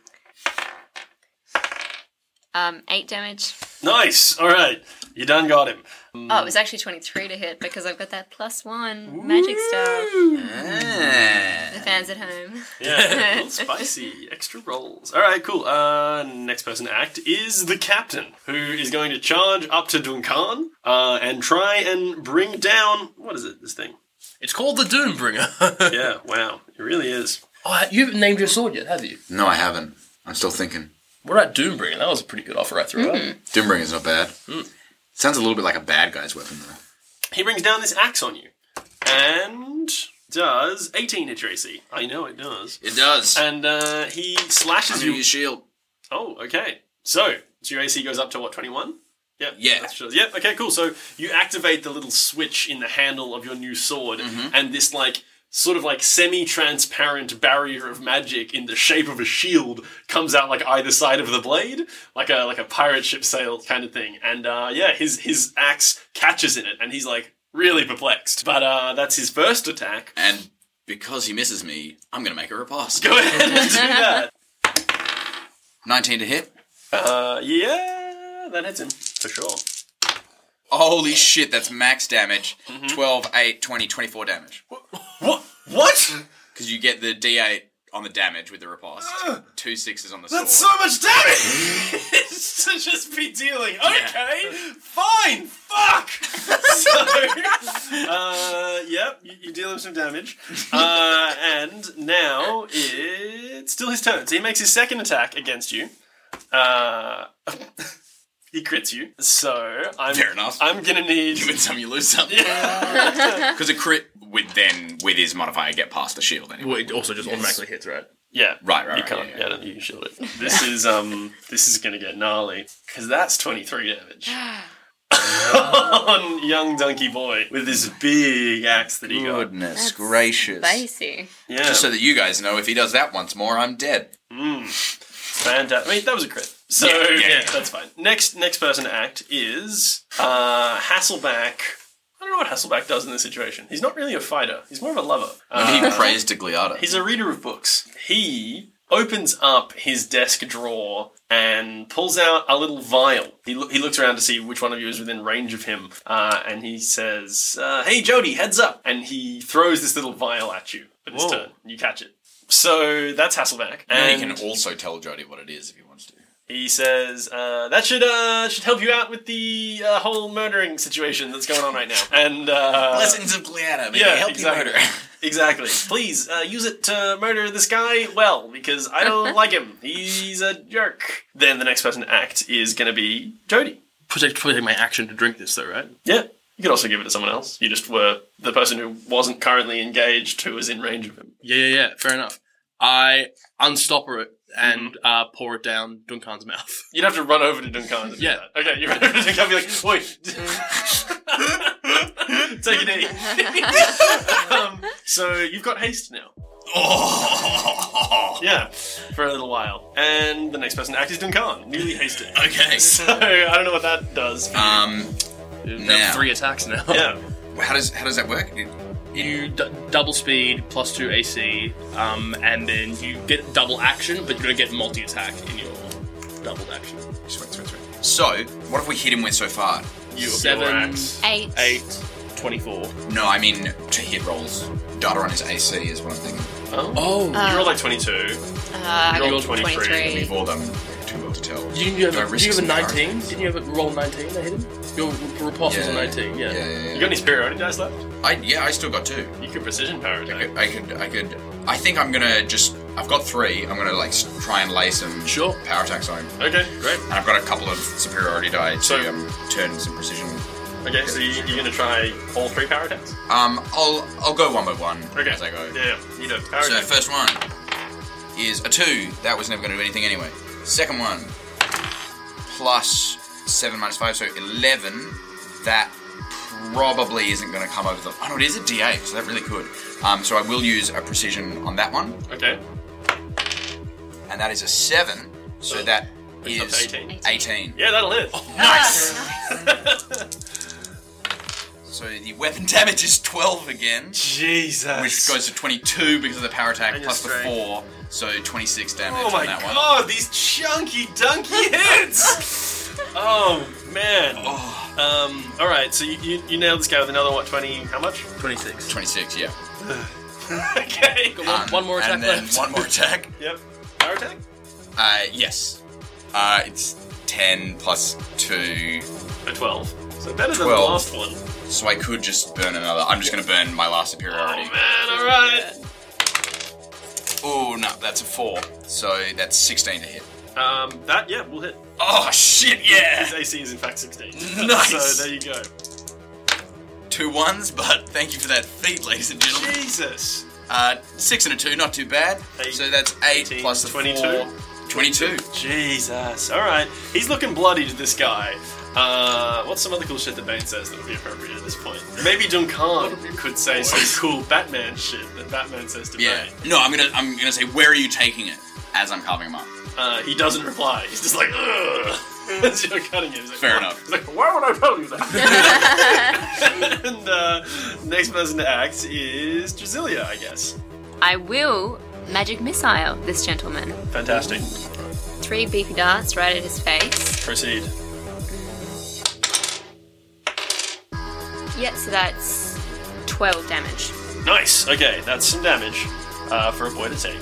S3: Um, eight damage.
S5: Nice. All right. You done got him.
S3: Oh, it was actually 23 to hit because I've got that plus one magic star. The fans at home.
S5: Yeah. a little spicy. Extra rolls. All right. Cool. Uh, next person to act is the captain, who is going to charge up to Duncan uh, and try and bring down what is it? This thing.
S4: It's called the Doombringer.
S5: Yeah. Wow. It really is.
S4: oh, you haven't named your sword yet, have you?
S6: No, I haven't. I'm still thinking.
S4: What about Doombringer? That was a pretty good offer right through.
S5: Mm.
S4: it.
S6: Doombringer's not bad.
S5: Hmm.
S6: Sounds a little bit like a bad guy's weapon, though.
S5: He brings down this axe on you and does 18 to Tracy. I know it does.
S6: It does.
S5: And uh, he slashes you.
S6: shield.
S5: Oh, okay. So, so your AC goes up to what, 21? Yep.
S6: Yeah.
S5: That's sure. Yep, okay, cool. So you activate the little switch in the handle of your new sword, and this, like, sort of like semi transparent barrier of magic in the shape of a shield comes out, like, either side of the blade, like a like a pirate ship sail kind of thing. And, uh, yeah, his, his axe catches in it, and he's, like, really perplexed. But uh, that's his first attack.
S6: And because he misses me, I'm going to make a riposte.
S5: Go ahead and do that.
S6: 19 to hit.
S5: Uh, yeah, that hits him, for sure.
S6: Holy shit, that's max damage. 12, 8, 20, 24 damage.
S5: What? What?
S6: Because you get the d8 on the damage with the riposte. Two sixes on the sword.
S5: much damage to just be dealing. Okay, fine, fuck. so, uh, yep, you, you deal him some damage, uh, and now it's still his turn. So he makes his second attack against you. Uh, he crits you. So I'm
S6: Fair enough.
S5: I'm gonna need.
S6: you win some, you lose some. Because a crit would then, with his modifier, get past the shield anyway.
S4: Well, it also just automatically hits, right?
S5: Yeah,
S6: Right, right,
S5: You
S6: right,
S5: can't.
S6: yeah,
S5: Yeah,
S6: yeah.
S5: don't- you can shield it. This is um. This is gonna get gnarly because that's twenty three damage on young donkey boy with this big axe that he got.
S6: Goodness gracious.
S3: Spicy.
S5: Yeah,
S6: Just so that you guys know, if he does that once more, I'm dead.
S5: fantastic. I mean, that was a crit. So yeah,
S6: Yeah, yeah, yeah.
S5: that's fine. Next, next person to act is uh Hasselback. I don't know what Hasselback does in this situation. He's not really a fighter. He's more of a lover. Uh,
S6: Maybe he prays to Gliada.
S5: He's a reader of books. He opens up his desk drawer and pulls out a little vial. He, loo- he looks around to see which one of you is within range of him, uh, and he says, uh, "Hey, Jody, heads up!" And he throws this little vial at you. But it's
S2: Whoa.
S5: turn, you catch it. So that's Hasselback,
S6: And
S5: and
S6: he can also tell Jody what it is if he wants to.
S5: he says uh, that should uh, should help you out with the uh, whole murdering situation that's going on right now. And uh,
S6: of Gliada, may
S5: Yeah, exactly. Exactly. Please uh, use it to murder this guy well because I don't like him. He's a jerk. Then the next person to act is going to be Jody.
S4: Probably take, probably take my action to drink this, though, right?
S5: Yeah. You could also give it to someone else. You just were the person who wasn't currently engaged who was in range of him.
S4: Yeah, yeah, yeah. Fair enough. I unstopper it and uh, pour it down Duncan's mouth.
S5: You'd have to run over to Duncan. to do
S4: Yeah.
S5: that. Okay, you run over to Duncan and be like, Oi! Take it easy. um, so you've got haste now.
S6: Oh,
S5: Yeah, for a little while. And the next person to act is Duncan, newly hasted.
S6: okay.
S5: So I don't know what that does.
S6: Um,
S4: We have
S6: Now.
S4: three attacks now.
S5: Yeah.
S6: how does how does that work? It-
S4: You d- double speed plus two AC, um, and then you get double action, but you're gonna get multi attack in your doubled action.
S6: Sweet, sweet, sweet. So, what if we hit him with so far?
S4: You
S5: your
S4: seven,
S5: axe.
S1: Eight.
S4: eight, 24.
S6: No, I mean to hit rolls. Data on his AC is what I'm thinking.
S4: Oh,
S5: You rolled like 22.
S1: Uh, I
S5: Roll
S1: got
S5: 23.
S1: 23.
S6: We've all done too well to tell.
S4: didn't you
S6: Do I
S4: have, a,
S6: risk
S4: did you have a
S6: some
S4: 19?
S6: characters?
S4: Didn't you have a roll 19 that hit him? Your riposte was a 19, yeah.
S6: yeah, yeah,
S5: You
S6: yeah.
S5: got any superiority dice left?
S6: I, yeah, I still got two.
S5: You could precision power
S6: I
S5: attack.
S6: could, I could, I could. I think I'm gonna just. I've got three. I'm gonna like s- try and lay some
S4: Sure.
S6: power attacks on him.
S5: Okay, great.
S6: And I've got a couple of superiority die
S5: So-
S6: to um, turn some precision.
S5: Okay, so you, you're gonna try all three power attacks?
S6: Um, I'll I'll go one by one
S5: Okay.
S6: as I go.
S5: Yeah, you do. Power
S6: So
S5: attack.
S6: first one is a two. That was never going to do anything anyway. Second one plus seven minus five, so eleven. That probably isn't going to come over the. Oh no, it is a D8, so that really could. Um, so I will use a precision on that one,
S5: Okay.
S6: and that is a seven. So that
S5: Oh, It's up to
S6: is
S5: 18.
S6: eighteen.
S5: Yeah, that'll hit.
S6: So the weapon damage is twelve again,
S5: Jesus.
S6: which goes to twenty-two because of the power attack
S5: And your
S6: plus the
S5: strength.
S6: four, so twenty-six damage
S5: Oh my
S6: on that one.
S5: god, these chunky dunky hits! Oh man.
S6: Oh.
S2: Um,
S5: All right, so you, you, you nailed this guy with another what twenty? How much?
S4: 26.
S6: 26, yeah.
S5: okay.
S4: Got one,
S6: Um,
S4: one more attack
S6: and then
S4: left.
S6: One more attack.
S5: Yep. Power attack.
S6: Uh, yes. Uh, it's 10 plus 2.
S5: A twelve. So better than the
S6: 12.
S5: last one.
S6: So I could just burn another. I'm just going to burn my last
S5: Oh
S6: superiority.
S5: man. All right.
S6: Oh, no, that's a 4. So that's 16 to hit.
S5: Um, that yeah, we'll hit.
S6: Oh, shit, yeah!
S5: His AC is in fact sixteen.
S6: Nice.
S5: So there you go.
S6: Two ones, but thank you for that feed, ladies and gentlemen.
S5: Jesus.
S6: Uh, six and a two, not too bad.
S5: Eight,
S6: so that's eight
S5: eighteen,
S6: plus the
S5: 22.
S6: four. Twenty-two.
S5: Jesus. All right. He's looking bloody to this guy. Uh, what's some other cool shit that Bane says that would be appropriate at this point? Maybe Duncan could say some cool Batman shit that Batman says to
S6: Yeah.
S5: Bane.
S6: No, I'm gonna I'm gonna say where are you taking it as I'm carving him up.
S5: Uh, he doesn't reply. He's just like, ugh. As you're cutting him, he's like,
S6: Fair
S5: "Why-"
S6: enough.
S5: He's like, why would I tell you that? and uh, next person to act is Drasilia, I guess.
S1: I will magic missile this gentleman.
S5: Fantastic.
S1: Three beefy darts right at his face.
S5: Proceed.
S1: Yeah, so that's 12 damage.
S5: Nice. Okay, that's some damage uh, for a boy to take,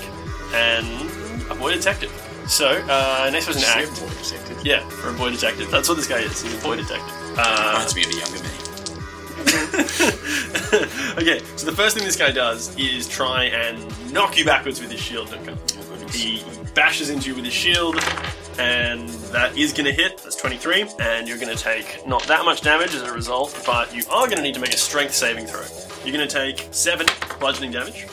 S5: and a boy detective. So uh, next person to act. Yeah, for a boy detective. That's what this guy is. He's a boy detective. Uh,
S6: Reminds me of a younger me.
S5: okay, so the first thing this guy does is try and knock you backwards with his shield. Duncan. He bashes into you with his shield, and that is going to hit. That's 23, and you're going to take not that much damage as a result, but you are going to need to make a strength saving throw. You're going to take seven bludgeoning damage.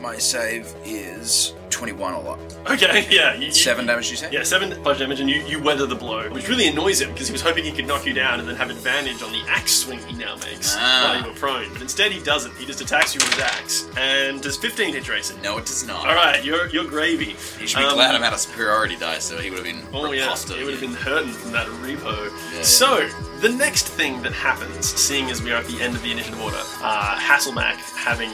S6: My save is twenty-one or what?
S5: Okay, yeah. You, you-
S6: Seven damage, you say?
S5: Yeah, seven bludgeon damage, and you, you weather the blow, which really annoys him because he was hoping he could knock you down and then have advantage on the axe swing he now makes
S6: Ah.
S5: while you were prone. But instead, he doesn't. He just attacks you with his axe and does 15 hit racing.
S6: No, it does not.
S5: All right, you're you're gravy.
S6: You should be
S5: Um,
S6: glad I'm out of superiority dice, so he would have been
S5: Oh yeah,
S6: riposted.
S5: it would have been hurting from that repo.
S6: Yeah.
S5: so the next thing that happens, seeing as we are at the end of the initiative order, uh, Hasselmack having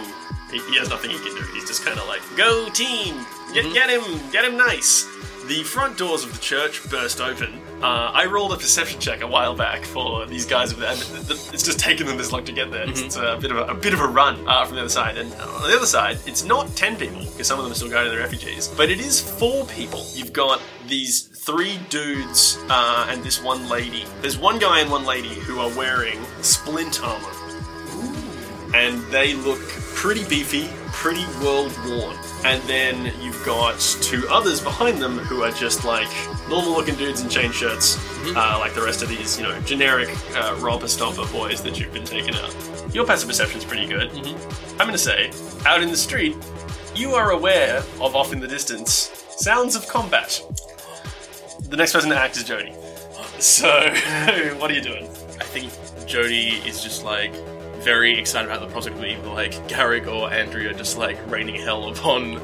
S5: he, he has nothing he can do. He's just kind of like, go team, get get him, get him nice. The front doors of the church burst open. Uh, I rolled a perception check a while back for these guys. With and th- th- it's just taken them this long to get there. It's- It's a bit of a, a bit of a run uh, from the other side. And on the other side, it's not ten people because some of them are still going to the refugees, but it is four people. You've got these three dudes uh, and this one lady. There's one guy and one lady who are wearing splint armor. And they look pretty beefy, pretty world worn. And then you've got two others behind them who are just like normal looking dudes in chain shirts, uh, like the rest of these, you know, generic uh, romper stomper boys that you've been taking out. Your passive perception's pretty good. I'm gonna say, out in the street, you are aware of off in the distance sounds of combat. The next person to act is Jody. So, what are you doing?
S4: I think Jody is just like very excited about the prospect of either like Garrick or Andrea just like raining hell upon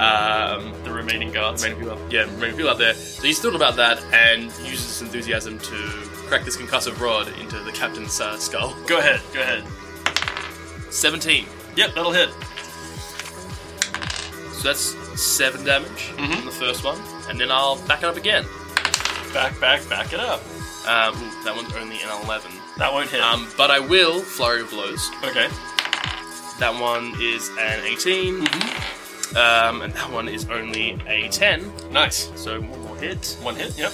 S4: um,
S5: The remaining guards.
S4: remaining people. Out, yeah, remaining people out there. So he's thrilled about that and uses his enthusiasm to crack this concussive rod into the captain's uh, skull.
S5: Go ahead, go ahead.
S4: Seventeen.
S5: Yep, that'll hit.
S4: So that's seven damage from the first one, and then I'll back it up again.
S5: Back, back, back it up.
S4: Um, ooh, that one's only an eleven.
S5: That won't hit.
S4: Um, but I will flurry of blows.
S5: okay.
S4: That one is an 18. Um, and that one is only a 10.
S5: Mm-hmm. Nice.
S4: So one more hit.
S5: One hit, yep.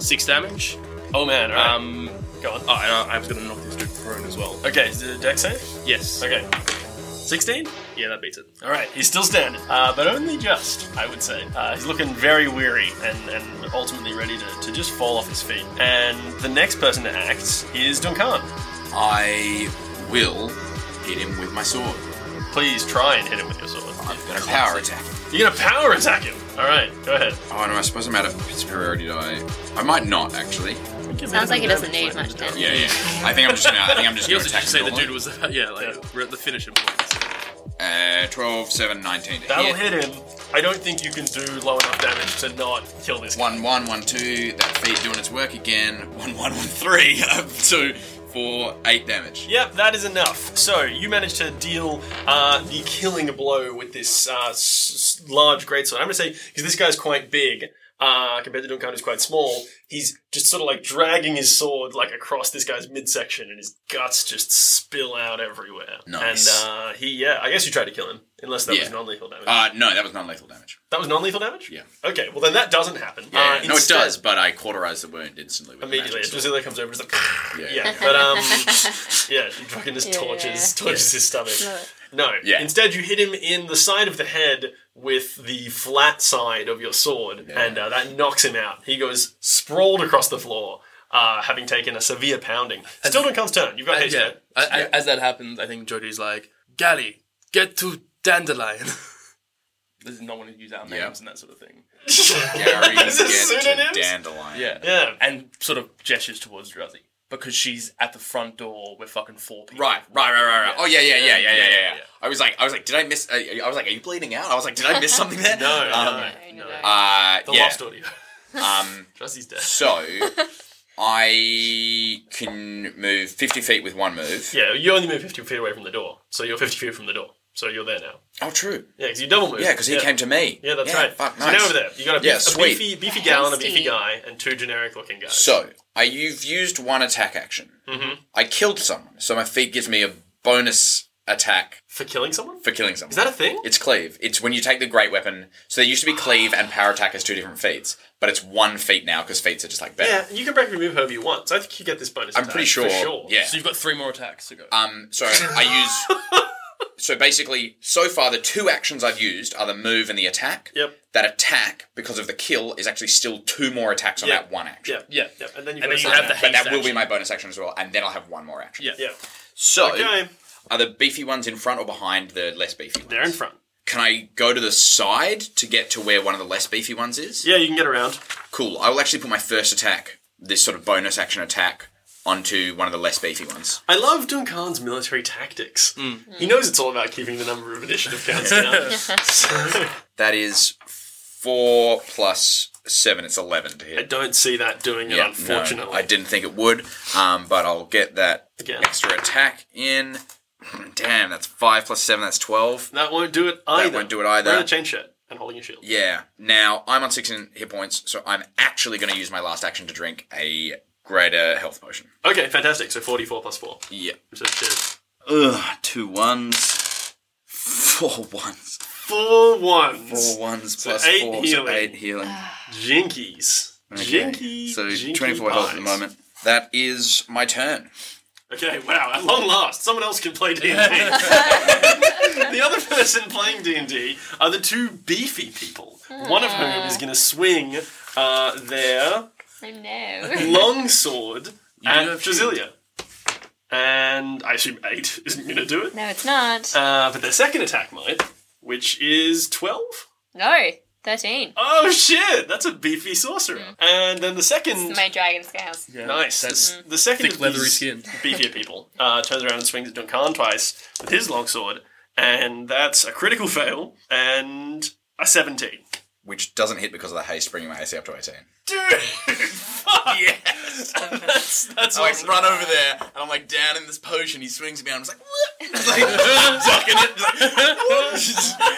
S4: Six damage.
S5: Oh man, alright.
S4: Um,
S5: go on.
S4: oh, and I, I was going to knock this dude prone as well.
S5: Okay, is the deck safe?
S4: Yes.
S5: Okay. 16?
S4: Yeah, that beats it.
S5: Alright, he's still standing. Uh, but only just, I would say. Uh, he's looking very weary and, and ultimately ready to, to just fall off his feet. And the next person to act is Duncan.
S6: I will hit him with my sword.
S5: Please try and hit him with your sword.
S6: I'm gonna power attack.
S5: You're gonna power attack him! Alright, go ahead.
S6: Oh no, I suppose I'm out of superiority die. I might not actually.
S1: Sounds like he doesn't need much damage.
S6: Yeah, yeah. I think I'm just gonna. I think I'm just
S4: He
S6: gonna
S4: also
S6: attack.
S4: just say the
S6: normally.
S4: dude was, yeah, like,
S5: Yeah.
S4: we're at the finishing point.
S6: Uh, 12, 7, 19.
S5: That'll
S6: hit.
S5: hit him. I don't think you can do low enough damage to not kill this guy.
S6: One, one, one, two. That feet doing its work again. One, one, one, three. two, four, eight damage.
S5: Yep, that is enough. So you managed to deal uh, the killing blow with this uh, s- s- large greatsword. I'm going to say because this guy's quite big. uh, compared to Duncan, who's quite small, he's just sort of like dragging his sword like across this guy's midsection, and his guts just spill out everywhere.
S6: Nice.
S5: And uh, he, yeah, I guess you tried to kill him, unless that
S6: Yeah.
S5: was non-lethal damage.
S6: Uh, no, that was non-lethal damage.
S5: that was non-lethal damage.
S6: Yeah.
S5: Okay, well then that doesn't happen.
S6: Yeah, no,
S5: Uh,
S6: it
S5: instead-
S6: does, but I cauterize the wound instantly. With the
S5: Immediately,
S6: magic
S5: Drusilla comes over, and just like,
S6: Yeah.
S5: yeah. But um, yeah, he fucking just
S3: Yeah.
S5: torches, torches his stomach. No.
S6: Yeah.
S5: Instead, you hit him in the side of the head with the flat side of your sword,
S6: Yeah.
S5: and uh, that knocks him out. He goes sprawled across the floor, uh, having taken a severe pounding. Still Duncan's turn. You've got
S4: And
S5: haste.
S4: yeah,
S5: right?
S4: I, I, as that happens, I think Jody's like, Gally, get to Dandelion. this is not want to use our names
S6: Yeah.
S4: and that sort of thing.
S6: Gary
S5: Is this
S6: get to
S5: pseudonyms?
S6: dandelion.
S4: Yeah.
S5: Yeah.
S4: And sort of gestures towards Drowsy. Because she's at the front door with fucking four people.
S6: Right, right, right, right, right. Oh yeah, yeah, yeah, yeah, yeah, yeah. yeah.
S4: Yeah.
S6: I was like, I was like, did I miss? uh, I, I was like, are you bleeding out? I was like, did I miss something there?
S5: No,
S6: Um,
S5: no, no.
S6: Uh,
S5: The
S6: yeah.
S5: lost audio.
S6: Um,
S5: Trusty's dead.
S6: so I can move fifty feet with one move.
S5: Yeah, you only move 50 feet away from the door, so you're 50 feet from the door. So you're there now.
S6: Oh, true.
S5: Yeah, because you double move.
S6: Yeah, because he came to me.
S5: Yeah, that's right.
S6: Fuck,
S5: so
S6: nice.
S5: now over there, you got a,
S6: Yeah,
S5: beef- a
S6: sweet.
S5: beefy, beefy gal and a beefy
S3: Tasty.
S5: guy, and two generic looking guys.
S6: So I you've used one attack action. Mm-hmm. I killed someone, so my feet gives me a bonus attack
S5: for killing someone?
S6: for killing someone.
S5: Is that a thing?
S6: It's cleave. It's when you take the great weapon. So there used to be cleave and power attack as two different feats, but it's one feat now because feats are just like better.
S5: Yeah, you can break remove however you want. So I think you get this bonus.
S6: I'm
S5: attack,
S6: pretty sure.
S5: For sure.
S6: Yeah.
S4: So you've got three more attacks to go.
S6: Um. So I use. so basically, so far the two actions I've used are the move and the attack.
S5: Yep.
S6: That attack, because of the kill, is actually still two more attacks on
S5: Yeah.
S6: that one action.
S5: Yeah.
S4: yeah.
S5: Yeah. And then you,
S4: And then
S5: got
S4: you
S5: a
S4: have the
S5: second
S6: But that
S4: haste
S6: will be
S4: action.
S6: my bonus action as well, and then I'll have one more action.
S4: Yeah.
S5: Yeah.
S6: So,
S5: Okay.
S6: are the beefy ones in front or behind the less beefy ones?
S5: They're in front.
S6: Can I go to the side to get to where one of the less beefy ones is?
S5: Yeah, you can get around.
S6: Cool. I will actually put my first attack, this sort of bonus action attack, onto one of the less beefy ones.
S5: I love Duncan's military tactics.
S6: Mm.
S5: He knows it's all about keeping the number of initiative counts down. So,
S6: That is four plus seven. It's eleven to hit.
S5: I don't see that doing it,
S6: Yeah,
S5: unfortunately.
S6: no, I didn't think it would, um, but I'll get that
S5: Again.
S6: extra attack in. Damn, that's five plus seven. That's twelve.
S5: That won't do it either.
S6: won't do it either.
S5: Wearing a chain shirt and holding a shield.
S6: Yeah. Now I'm on sixteen hit points, so I'm actually going to use my last action to drink a greater health potion.
S5: Okay, fantastic. So 44 plus 4.
S6: Yeah.
S5: So cheers.
S6: Ugh. Two ones. Four ones.
S5: Four ones.
S6: Four ones
S5: So
S6: plus
S5: eight
S6: four. So
S5: healing.
S6: eight healing.
S5: Jinkies.
S6: Okay,
S5: Jinky.
S6: So
S5: jinky
S6: 24 health at the
S5: pies.
S6: moment. That is my turn.
S5: Okay, wow, at long last, someone else can play D&D. the other person playing D&D are the two beefy people, one of whom is going to swing uh, their
S3: I know.
S5: long sword at
S4: have
S5: Drasilia. And I assume 8 isn't going to do it.
S3: No, it's not.
S5: Uh, but their second attack might, which is 12?
S3: No, 13.
S5: Oh shit, that's a beefy sorcerer. And then the second...
S3: My dragon scales.
S4: Yeah.
S5: Nice.
S4: That's
S5: The second
S4: thick
S5: of
S4: leathery
S5: these
S4: skin.
S5: beefier people uh, turns around and swings at Duncan twice with his longsword, and that's a critical fail and a seventeen.
S6: Which doesn't hit because of the haste, bringing my AC up to 18.
S5: Dude, fuck. Yes, that's that's
S6: I like
S5: awesome.
S6: run over there, and I'm like down in this potion. He swings at me, and I'm just like, "What?" Just, like sucking it, just like,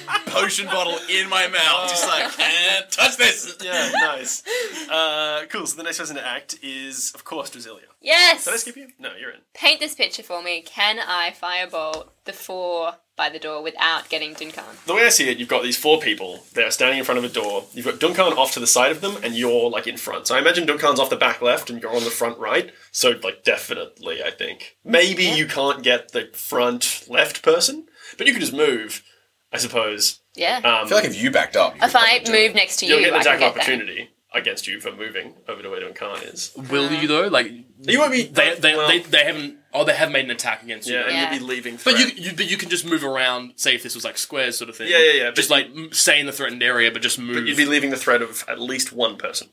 S6: potion bottle in my mouth, just like can't touch this.
S5: Yeah, nice. Uh, cool. So the next person to act is, of course, Drasilia.
S3: Yes!
S5: Did I skip you? No, you're in.
S3: Paint this picture for me. Can I firebolt the four by the door without getting Duncan?
S5: The way I see it, you've got these four people. They're standing in front of a door. You've got Duncan off to the side of them, and you're like in front. So I imagine Duncan's off the back left, and you're on the front right. So like definitely, I think maybe you can't get the front left person, but you can just move. I suppose
S3: Yeah.
S5: um,
S6: if you backed up,
S3: if I move next to you,
S5: you'll get an
S3: I can
S5: attack
S3: get that.
S5: opportunity against you for moving over to where Duncan is.
S4: Will you though? Like
S5: You won't be.
S4: they they,
S5: well,
S4: they they haven't oh they have made an attack against you.
S5: yeah,
S4: though.
S5: and
S3: Yeah.
S5: you'll be leaving.
S4: But you,
S5: threat.
S4: you but you can just move around, say if this was like squares sort of thing.
S5: Yeah, yeah, yeah,
S4: Just
S5: but-
S4: like m- stay in the threatened area but just move.
S5: But you'd be leaving the threat of at least one person.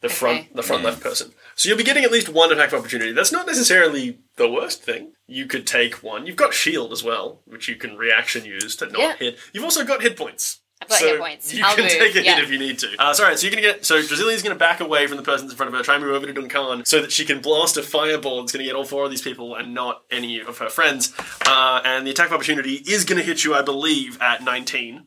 S5: The front,
S3: Okay.
S5: the front left person. So you'll be getting at least one attack of opportunity. That's not necessarily the worst thing. You could take one. You've got shield as well, which you can reaction use to not
S3: Yeah.
S5: hit. You've also got hit points.
S3: I've got
S5: So
S3: hit points.
S5: You
S3: I'll
S5: can
S3: move.
S5: take a
S3: yeah.
S5: hit if you need to. Uh, so, all right, so you're going to get. So, Drasilia's going to back away from the person in front of her, try and move over to Duncan so that she can blast a fireball that's going to get all four of these people and not any of her friends. Uh, and the attack of opportunity is going to hit you, I believe, at 19.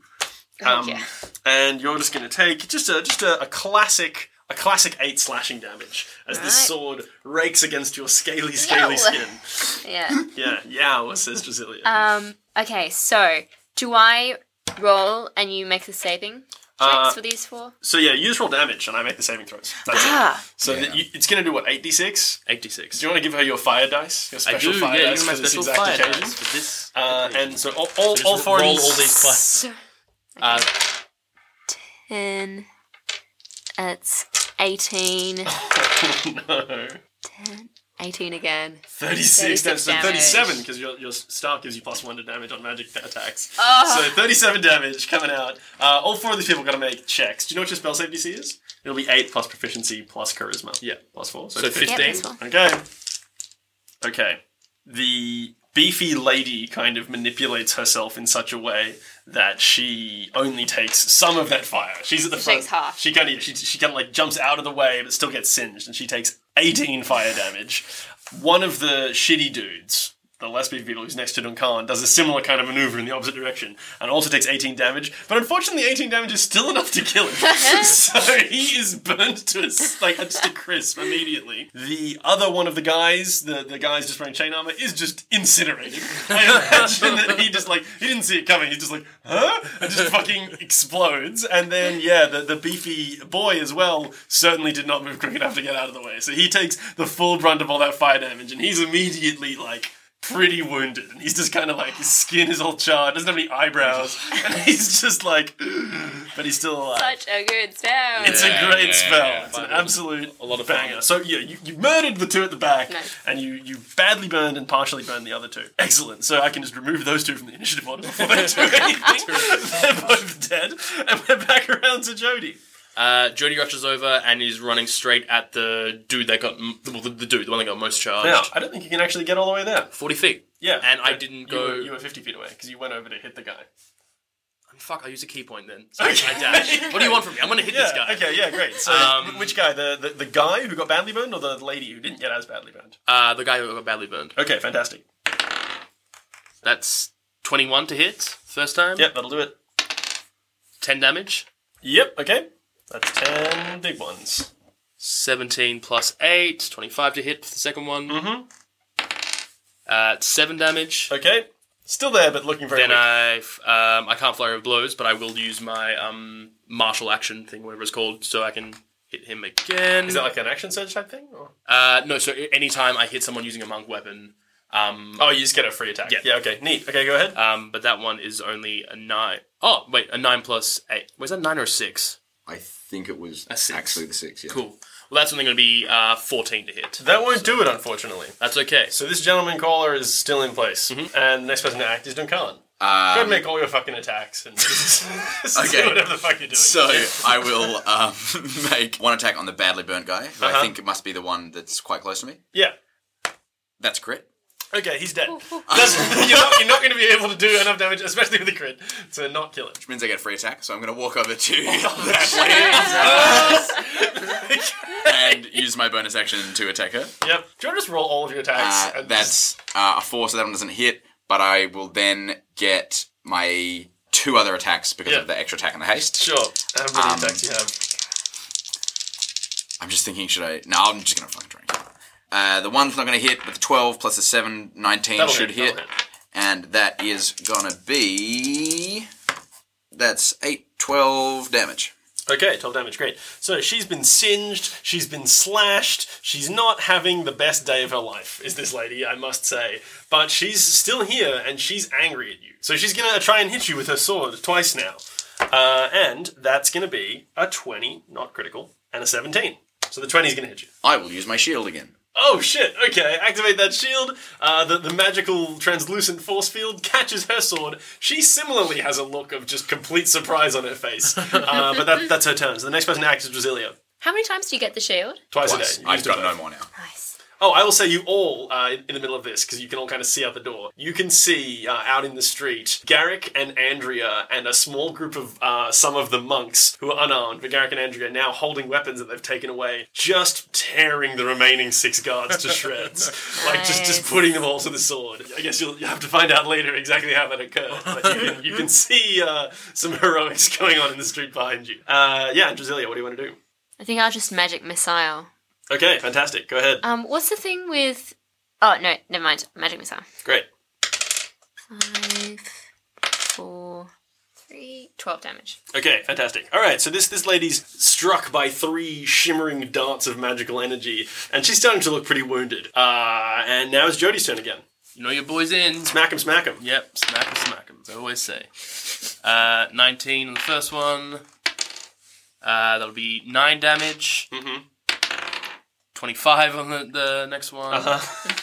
S3: Oh,
S5: Um,
S3: yeah.
S5: And you're just going to take just a just a, a classic a classic eight slashing damage as this
S3: Right.
S5: sword rakes against your scaly scaly
S3: Yow.
S5: skin.
S3: Yeah.
S5: Yeah, yeah, says Drasilia.
S3: Um. Okay. So, do I roll and you make the saving checks
S5: Uh,
S3: for these four?
S5: so yeah, you just roll damage, and I make the saving throws. That's it.
S3: Ah.
S5: So that you, it's going to do what eight d six.
S4: 86.
S5: Do you want to give her your fire dice? Your
S4: I
S5: special
S4: do,
S5: fire
S4: yeah,
S5: dice
S4: you're my
S5: for this
S4: special
S5: exact
S4: fire
S5: occasion.
S4: dice for this.
S5: Uh, and so all, all, all
S4: Just
S5: four of
S4: roll
S5: you-
S4: all these plus.
S3: So,
S4: Uh,
S3: ten. It's eighteen.
S5: no.
S3: 18 again.
S5: 36,
S3: 36
S5: that's so
S3: damage.
S5: 37 because your, your staff gives you plus one to damage on magic attacks.
S3: Oh.
S5: So 37 damage coming out. Uh, all four of these people got to make checks. Do you know what your spell save DC is? It'll be 8 plus proficiency plus charisma.
S4: Yeah.
S5: Plus 4.
S4: So
S5: it's
S3: Yep,
S4: 15.
S3: this one.
S5: Okay. Okay. The beefy lady kind of manipulates herself in such a way that she only takes some of that fire. She's at the
S3: She
S5: front.
S3: takes half.
S5: She kind of she, she kind of like jumps out of the way, but still gets singed, and she takes eighteen fire damage. One of the shitty dudes, the less beefy people who's next to Duncan, does a similar kind of maneuver in the opposite direction, and also takes eighteen damage. But unfortunately, eighteen damage is still enough to kill him, so he is burned to a, s- like just a crisp immediately. The other one of the guys, the the guys just wearing chain armor, is just incinerated. I imagine that he just like he didn't see it coming. He's just like, huh? And just fucking explodes. And then yeah, the, the beefy boy as well certainly did not move quick enough to get out of the way. So he takes the full brunt of all that fire damage, and he's immediately like pretty wounded. And he's just kind of like his skin is all charred, doesn't have any eyebrows, and he's just like, but he's still alive.
S3: Such a good spell.
S5: It's a
S6: Yeah,
S5: great
S6: yeah,
S5: spell.
S6: yeah.
S5: It's an absolute a lot
S4: of
S5: banger. So yeah, you, you murdered the two at the back,
S3: Nice.
S5: and you you badly burned and partially burned the other two. Excellent. So I can just remove those two from the initiative order before they do anything. They're both dead, and we're back around to Jody.
S4: Uh, Jody rushes over and is running straight at the dude that got m- well, the, the dude, the one that got most charged.
S5: Now I don't think you can actually get all the way there.
S4: Forty feet.
S5: Yeah,
S4: And I
S5: but
S4: didn't
S5: you
S4: go-
S5: were- you were fifty feet away because you went over to hit the guy.
S4: Fuck! I use a key point then. So I dash. What do you want from me? I'm gonna hit
S5: Yeah.
S4: this guy.
S5: Okay. Yeah. Great. So
S4: Um,
S5: which guy? The, the the guy who got badly burned, or the lady who didn't get as badly burned?
S4: Uh, the guy who got badly burned.
S5: Okay. Fantastic.
S4: That's twenty-one to hit first time.
S5: Yep. That'll do it.
S4: Ten damage.
S5: Yep. Okay. That's ten big ones.
S4: 17 plus 8, 25 to hit for the second one. Mm-hmm. Uh, it's 7 damage.
S5: Okay. Still there, but looking very
S4: Then
S6: uh,
S5: weak.
S4: I um, I can't flurry of blows, but I will use my um, martial action thing, whatever it's called, so I can hit him again.
S5: Is that like an action surge type thing? Or?
S4: uh, no, so a- anytime I hit someone using a monk weapon, um,
S5: Oh, you just get a free attack.
S4: Yeah.
S5: Yeah, okay. Neat. Okay, go ahead.
S4: um, but that one is only a 9. Oh, wait, a 9 plus 8. Was that 9 or a 6?
S6: I think it was
S4: six.
S6: actually the six. Yeah.
S4: Cool. Well, that's only going to be uh, 14 to hit.
S5: that won't do it, unfortunately.
S4: That's okay.
S5: So this gentleman caller is still in place. And the next person to act is Duncan. go and
S6: Mm-hmm. Um,
S5: make all your fucking attacks and okay.
S6: Okay.
S5: whatever the fuck you're doing.
S6: so I will um, make one attack on the badly burnt guy. Who I think it must be the one that's quite close to me.
S5: yeah.
S6: That's crit.
S5: Okay, he's dead. That's- you're not, going to be able to do enough damage, especially with the crit, to not kill it.
S6: Which means I get a free attack. So I'm going to walk over to that lady and use my bonus action to attack her.
S5: Yep. Do you want to just roll all of your attacks?
S6: Uh,
S5: and just-
S6: that's uh, a four, so that one doesn't hit. But I will then get my two other attacks because
S5: Yeah.
S6: of the extra attack and the haste.
S5: Sure. How many
S6: um,
S5: attacks you have?
S6: I'm just thinking, should I? No, I'm just gonna fucking drink. Uh, the one's not gonna hit, but the 12 plus the 7, 19
S5: That'll
S6: should hit.
S5: hit, that'll
S6: And that is gonna be. That's 8, 12 damage.
S5: Okay, 12 damage, great. So she's been singed, she's been slashed, she's not having the best day of her life, is this lady, I must say. But she's still here and she's angry at you. So she's gonna try and hit you with her sword twice now. Uh, and that's gonna be a 20, not critical, and a 17. So the 20 is gonna hit you.
S6: I will use my shield again.
S5: Oh shit, okay, activate that shield. Uh, the, the magical translucent force field catches her sword. She similarly has a look of just complete surprise on her face. Uh, but that, that's her turn. So the next person to act is Drasilia.
S3: How many times do you get the shield?
S5: Twice,
S6: Twice.
S5: a day. You
S6: I've
S5: used it
S6: got no
S5: both.
S6: more now.
S3: Nice.
S5: Oh, I will say you all uh, in the middle of this because you can all kind of see out the door. You can see uh, out in the street Garrick and Andrea and a small group of uh, some of the monks who are unarmed, but Garrick and Andrea now holding weapons that they've taken away, just tearing the remaining six guards to shreds, like just just
S3: Nice.
S5: putting them all to the sword. I guess you'll, you'll have to find out later exactly how that occurred, but you can, you can see uh, some heroics going on in the street behind you. Uh, yeah, Drasilia, what do you want to do?
S3: I think I'll just magic missile.
S5: Okay, fantastic. Go ahead.
S3: Um, what's the thing with? Oh no, never mind. Magic missile.
S5: Great.
S3: Five, four, three, twelve damage.
S5: Okay, fantastic. All right, so this this lady's struck by three shimmering darts of magical energy, and she's starting to look pretty wounded. Uh, and now it's Jody's turn again.
S4: You know your boy's in.
S5: Smack him, smack him.
S4: Yep, smack him, smack him. As I always say. Uh, 19 on the first one. Uh, that'll be 9 damage.
S5: Mhm.
S4: 25 on the, the next one.
S5: Uh-huh.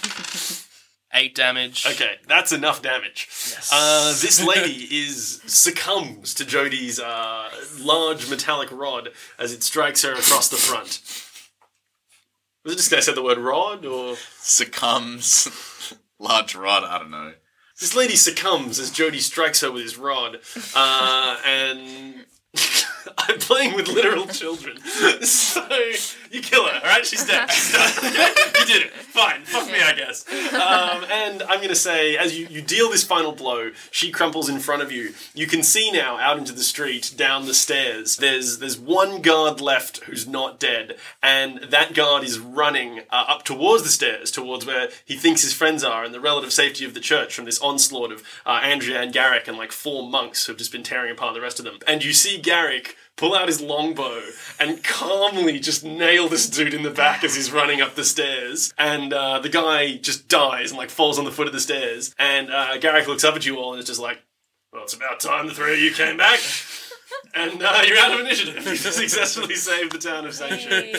S4: 8 damage.
S5: Okay, that's enough damage.
S4: Yes.
S5: Uh, this lady is succumbs to Jody's uh, large metallic rod as it strikes her across the front. Was it just gonna say the word rod or?
S6: Succumbs. Large rod, I don't know.
S5: This lady succumbs as Jody strikes her with his rod, uh, and I'm playing with literal children. So you kill her, all right? She's dead. She's done. you did it. Fine. Fuck me, I guess. Um, and I'm gonna say, as you, you deal this final blow, she crumples in front of you. You can see now out into the street, down the stairs. There's there's one guard left who's not dead, and that guard is running uh, up towards the stairs, towards where he thinks his friends are and the relative safety of the church from this onslaught of uh, Andrea and Garrick and like four monks who have just been tearing apart the rest of them. And you see Garrick pull out his longbow and calmly just nail this dude in the back as he's running up the stairs. And uh, the guy just dies and like falls on the foot of the stairs. And uh, Garrick looks up at you all and is just like, "Well, it's about time the three of you came back." And uh, you're out of initiative. You successfully saved the town of Sanctuary.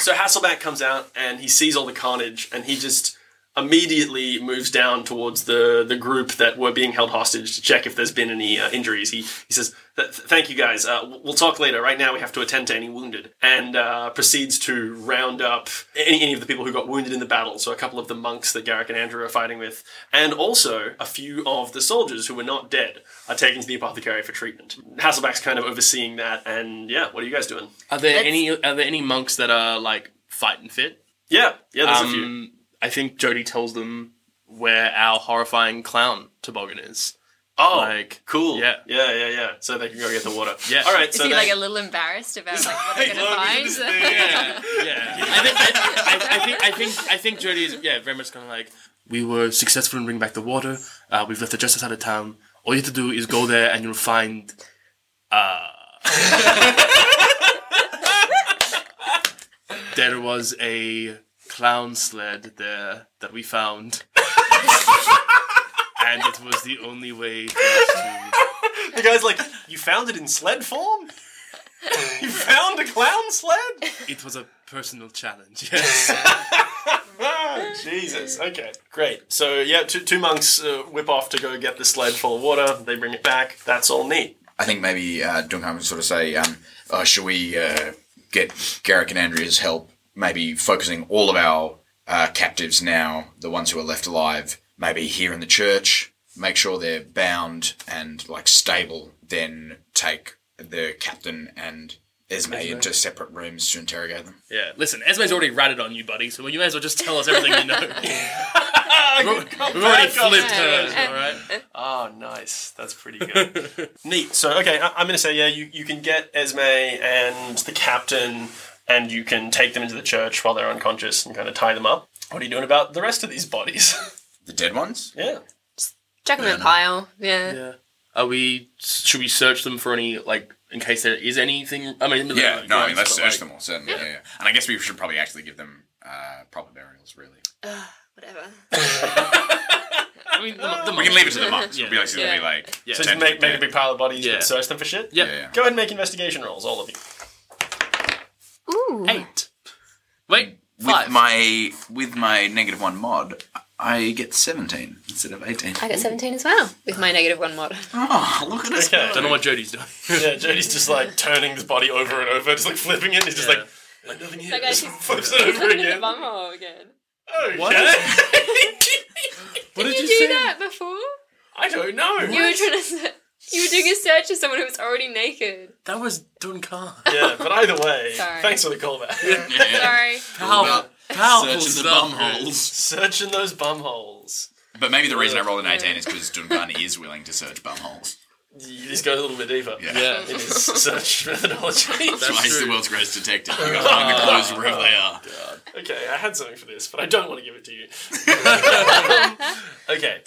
S5: So Hasselback comes out and he sees all the carnage and he just immediately moves down towards the, the group that were being held hostage to check if there's been any uh, injuries. He, he says, "Th- th- Thank you guys. Uh, w- we'll talk later. Right now, we have to attend to any wounded. And uh, proceeds to round up any, any of the people who got wounded in the battle. So, a couple of the monks that Garrick and Andrew are fighting with, and also a few of the soldiers who were not dead are taken to the apothecary for treatment. Hasselback's kind of overseeing that. And yeah, what are you guys doing?
S4: Are there
S3: Let's-
S4: any are there any monks that are like fight and fit?
S5: Yeah, yeah, there's a few.
S4: Um, I think Jody tells them where our horrifying clown toboggan is.
S5: Oh,
S4: Like,
S5: cool.
S4: yeah.
S5: yeah, yeah, yeah. So they can go get the water.
S4: Yeah.
S5: All right.
S3: Is
S5: so
S3: he
S5: they-
S3: like a little embarrassed about like what they're
S5: Look at
S3: gonna
S5: this
S3: find?
S5: thing.
S4: yeah. I think I, I, I think I think I think Jody is yeah very much kind of like we were successful in bringing back the water. Uh, we've left it just outside of town. All you have to do is go there and you'll find. Uh, there was a clown sled there that we found, and it was the only way for us to.
S5: The guy's like, "You found it in sled form? you found a clown sled?
S4: It was a personal challenge. Yes.
S5: Ah, Jesus. Okay, great. So yeah, two, two monks uh, whip off to go get the sled full of water. They bring it back. That's all neat.
S6: I think maybe uh, Duncan would sort of say, um, uh, should we uh, get Garrick and Andrea's help? Maybe focusing all of our uh, captives now, the ones who are left alive, maybe here in the church, make sure they're bound and like stable, then take the captain and Esme into separate rooms to interrogate them.
S4: Yeah, listen, Esme's already ratted on you, buddy, so you may as well just tell us everything you know. We've already flipped hers, alright?
S5: Oh, nice. That's pretty good. Neat. So, okay, I- I'm going to say, yeah, you, you can get Esme and the captain, and you can take them into the church while they're unconscious and kind of tie them up. What are you doing about the rest of these bodies?
S6: The dead ones?
S5: yeah.
S3: Chuck him in a pile. Yeah.
S4: Yeah. Are we. Should we search them for any, like, in case there is anything? I mean,
S6: Yeah,
S4: like,
S6: no, I
S4: guns,
S6: mean, let's
S4: but,
S6: search
S4: like,
S6: them all, certainly. Yeah. yeah, And I guess we should probably actually give them uh, proper burials, really.
S3: Whatever.
S4: I mean, the, the
S6: We can leave it to the monks.
S4: Oh, Yeah.
S6: We'll be like,
S3: Yeah.
S6: yeah. be like
S4: Yeah.
S5: So
S6: ten
S5: just
S6: to
S5: make, make
S6: 15.
S5: a big pile of bodies
S4: Yeah.
S5: and search them for shit?
S4: Yep.
S6: Yeah.
S5: Go ahead and make investigation rolls, all of you.
S3: Ooh.
S4: Eight. Wait,
S6: with
S4: five.
S6: my with my negative one mod, I get seventeen instead of eighteen.
S3: I got 17 as well with my negative one mod.
S6: Oh, look at us!
S5: Okay.
S6: go.
S4: Don't know what Jody's doing.
S5: Yeah, Jody's just like turning this body over and over, just like flipping it. and He's just
S4: Yeah.
S5: like,
S2: Like nothing here.
S3: That guy keeps
S5: Flips it over
S3: looking at
S5: again.
S3: the Oh, bumhole again.
S5: Okay.
S4: What?
S3: Did,
S4: did
S3: you,
S4: you
S3: do
S4: say?
S3: that before?
S5: I don't know.
S3: You were trying to. se- You were doing a search of someone who was already naked.
S4: That was Duncan.
S5: Yeah, but either way,
S3: Sorry.
S5: thanks for the callback.
S6: Yeah.
S3: Sorry.
S6: All about
S4: Powerful
S6: Searching the
S4: stuff,
S6: bum
S4: man.
S6: holes.
S5: Searching those bum holes.
S6: But maybe the reason I rolled an 18 is because Duncan is willing to search bum holes.
S5: You just go a little bit deeper.
S6: Yeah.
S4: Yeah.
S5: In his search methodology.
S6: That's why he's the
S4: true.
S6: world's greatest detective. You gotta find the clues wherever they are.
S5: okay, I had something for this, but I don't want to give it to you. Um, okay.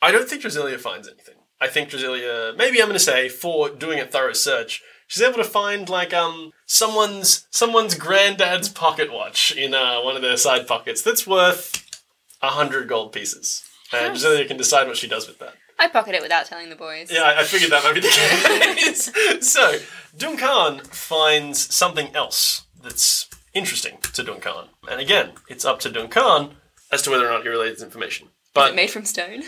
S5: I don't think Drasilia finds anything. I think Drasilia, maybe I'm going to say, for doing a thorough search, she's able to find like um someone's someone's granddad's pocket watch in uh, one of their side pockets that's worth a hundred gold pieces, and Drasilia can decide what she does with that.
S3: I pocket it without telling the boys.
S5: Yeah, I, I figured that might be the case. so, Duncan finds something else that's interesting to Duncan. And again, it's up to Duncan as to whether or not he relays information.
S3: Is it
S5: But
S3: made from stone?